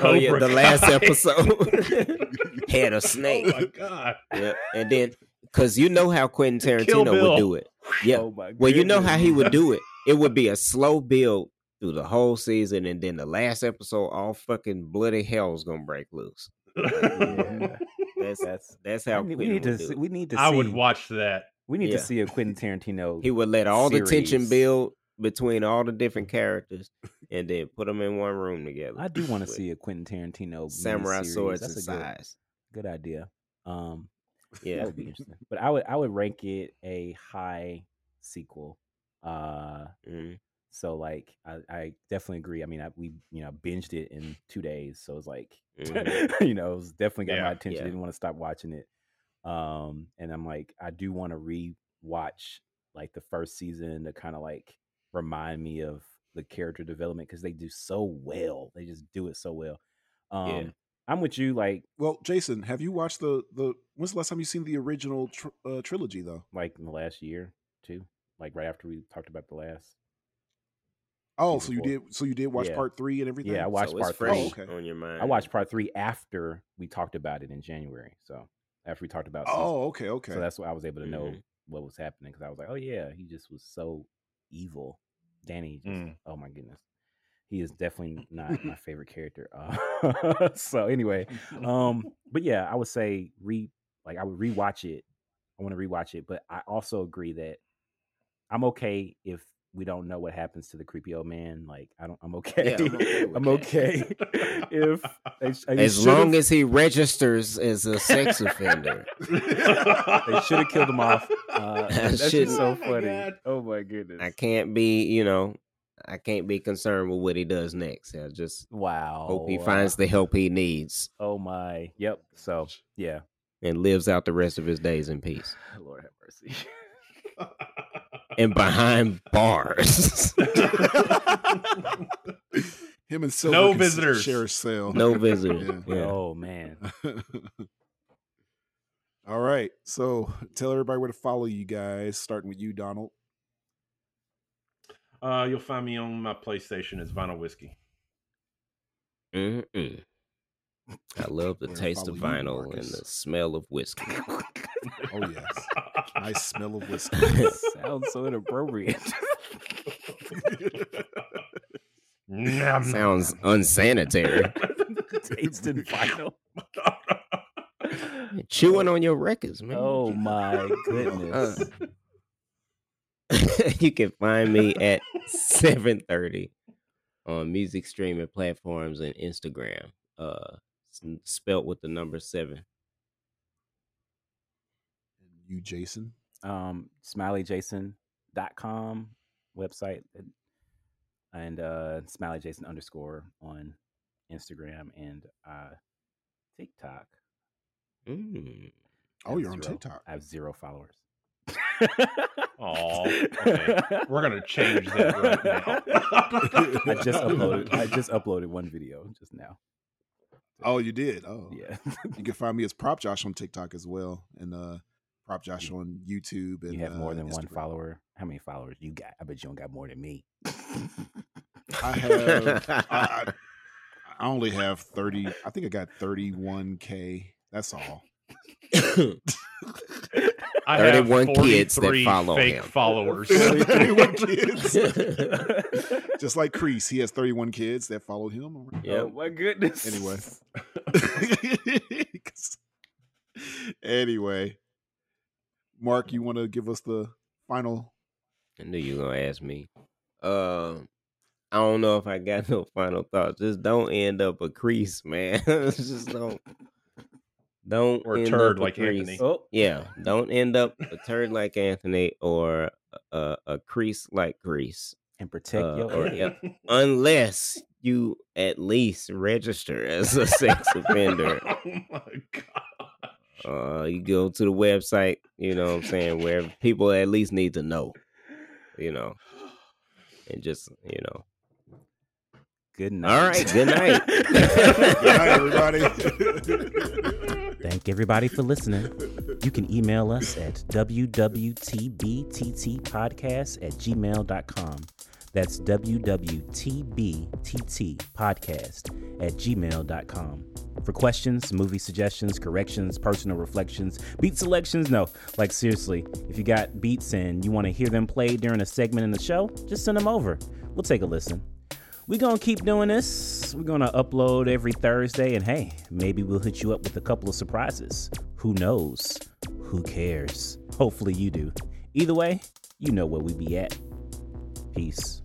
C: Oh, yeah,
D: Cobra
C: the last
D: Kai?
C: episode. head of snake.
D: Oh my god!
C: yeah, and then because you know how Quentin
D: Kill
C: Tarantino
D: Bill.
C: would do it. Yeah.
B: Oh my
C: Well, you know
B: goodness.
C: how he would do it. It would be a slow build through the whole season, and then the last episode, all fucking bloody hell's gonna break loose.
B: Yeah.
C: That's
B: That's
C: that's
B: I
C: how
B: mean,
C: Quentin
B: we need to
C: would do
B: see,
C: it.
B: we need to see,
D: I would watch that.
B: we need
C: yeah.
B: to see a Quentin Tarantino.
C: He would let all the tension
B: series.
C: build between all the different characters, and then put them in one room together.
B: I do want to
C: with
B: see a Quentin Tarantino
C: samurai
B: miniseries.
C: swords and
B: That's a good,
C: size.
B: good idea. Um, that
C: Yeah,
B: would be interesting. But I would I would rank it a high sequel. Uh,
C: Mhm.
B: so like I, I definitely agree. I mean, I, we you know binged it in two days, so it's like
C: Mhm.
B: you know it was definitely got my
D: Yeah,
B: attention.
C: yeah.
B: Didn't want to stop watching it. Um, and I'm like, I do want to re-watch like the first season to kind of like remind me of the character development because they do so well. They just do it so well. Um,
C: Yeah.
B: I'm with you, like
A: Well, Jason, have you watched the the? When's the last time you seen the original tr- uh, trilogy though?
B: like in the last year too, like right after we talked about the last.
A: Oh,
B: Season
A: so you
B: four.
A: did. So you did watch
B: Yeah.
A: part three and everything.
B: Yeah, I
C: So
B: watched
C: it's
B: part
C: fresh
B: three.
A: Oh, okay.
C: on your mind.
B: I watched part three after we talked about it in January. So after we talked about, season-
A: Oh, okay, okay.
B: so that's why I was able to know
C: Mhm.
B: what was happening because I was like, oh yeah, he just was so evil. Danny, just,
D: Mm.
B: oh my goodness, he is definitely not my favorite character. Uh, so anyway, um, but yeah, I would say re like I would rewatch it. I want to rewatch it, but I also agree that I'm okay if we don't know what happens to the creepy old man. Like I don't, I'm okay.
C: I'm okay with
B: I'm
C: that.
B: okay if they sh- they
C: as
B: should've-
C: long as he registers as a sex offender.
B: they should have killed him off. Uh, that's
C: shouldn't.
B: just so
D: Oh my
B: funny.
D: God.
B: oh my goodness!
C: I can't be, you know, I can't be concerned with what he does next. I just
B: Wow.
C: hope
A: Oh,
C: he finds the help he needs
B: Oh my. Yep. So yeah.
C: and lives out the rest of his days in peace
B: Lord have mercy.
C: and behind bars.
A: Him and Silver
D: No
A: can s-
D: visitors.
A: share a cell.
C: no visitor.
A: Yeah.
C: Yeah.
B: Oh man.
A: All right. So tell everybody where to follow you guys, starting with you, Donald.
D: uh, you'll find me on my PlayStation as Vinyl Whiskey.
C: Mm-mm. I love the
A: Where
C: taste
A: follow
C: of
A: you,
C: vinyl and
A: Marcus.
C: the smell of whiskey.
A: Oh yes, nice smell of whiskey.
B: Sounds so inappropriate.
D: Nom, nom,
C: Sounds
D: nom.
C: unsanitary.
B: Taste and vinyl.
C: Chewing on your records, man.
B: Oh my goodness.
C: you can find me at 7.30 on music streaming platforms and Instagram. Uh, s- spelt with the number seven.
A: you, Jason.
B: um, smileyjason.com website and- and uh, smileyjason underscore on Instagram and uh, TikTok.
C: Mm.
B: I
A: Oh,
B: have
A: you're on
B: zero-
A: TikTok.
B: I have zero followers.
D: Aw, okay. We're gonna change that right now.
B: I just uploaded. I just uploaded one video just now.
A: Oh, you did. Oh,
B: Yeah,
A: You can find me as Prop Josh on TikTok as well, and uh, Prop Josh on YouTube. And
B: you have more
A: uh,
B: than one
A: Instagram.
B: follower. How many followers you got? I bet you don't got more than me.
A: I have. I, I, I only have thirty. I think I got thirty-one k. That's all.
D: I have
C: 31 kids that
D: 43
C: follow
D: fake
C: him.
D: Followers.
A: 31 kids.
C: Oh
A: Just like Crease, he has thirty-one kids that followed him. around.
C: Yep.
B: Oh my goodness.
A: Anyway. anyway, Mark, you want to give us the final?
C: I knew you were gonna ask me. Uh, I don't know if I got no final thoughts. Just don't end up a crease, man. Just don't, don't
D: Or a
C: end
D: turd
C: up
D: like
C: crease.
D: Anthony.
B: Oh,
C: Yeah, don't end up a turd like Anthony or a, a crease like Grease,
B: and protect
C: Uh,
B: your
C: or-
B: ass.
C: yep. unless you at least register as a sex offender.
D: Oh my god.
C: Uh, you go to the website, you know what I'm saying, where people at least need to know, you know, and just, you know,
B: Good night.
C: All right, good night.
A: Good night, everybody.
B: Thank everybody for listening. You can email us at wwtbttpodcast at gmail.com. That's wwtbttpodcast at gmail.com. For questions, movie suggestions, corrections, personal reflections, beat selections, no, like seriously, if you got beats and you want to hear them played during a segment in the show, just send them over. We'll take a listen. We're gonna keep doing this. We're gonna upload every Thursday, and hey, maybe we'll hit you up with a couple of surprises. Who knows? Who cares? Hopefully, you do. Either way, you know where we be at. Peace.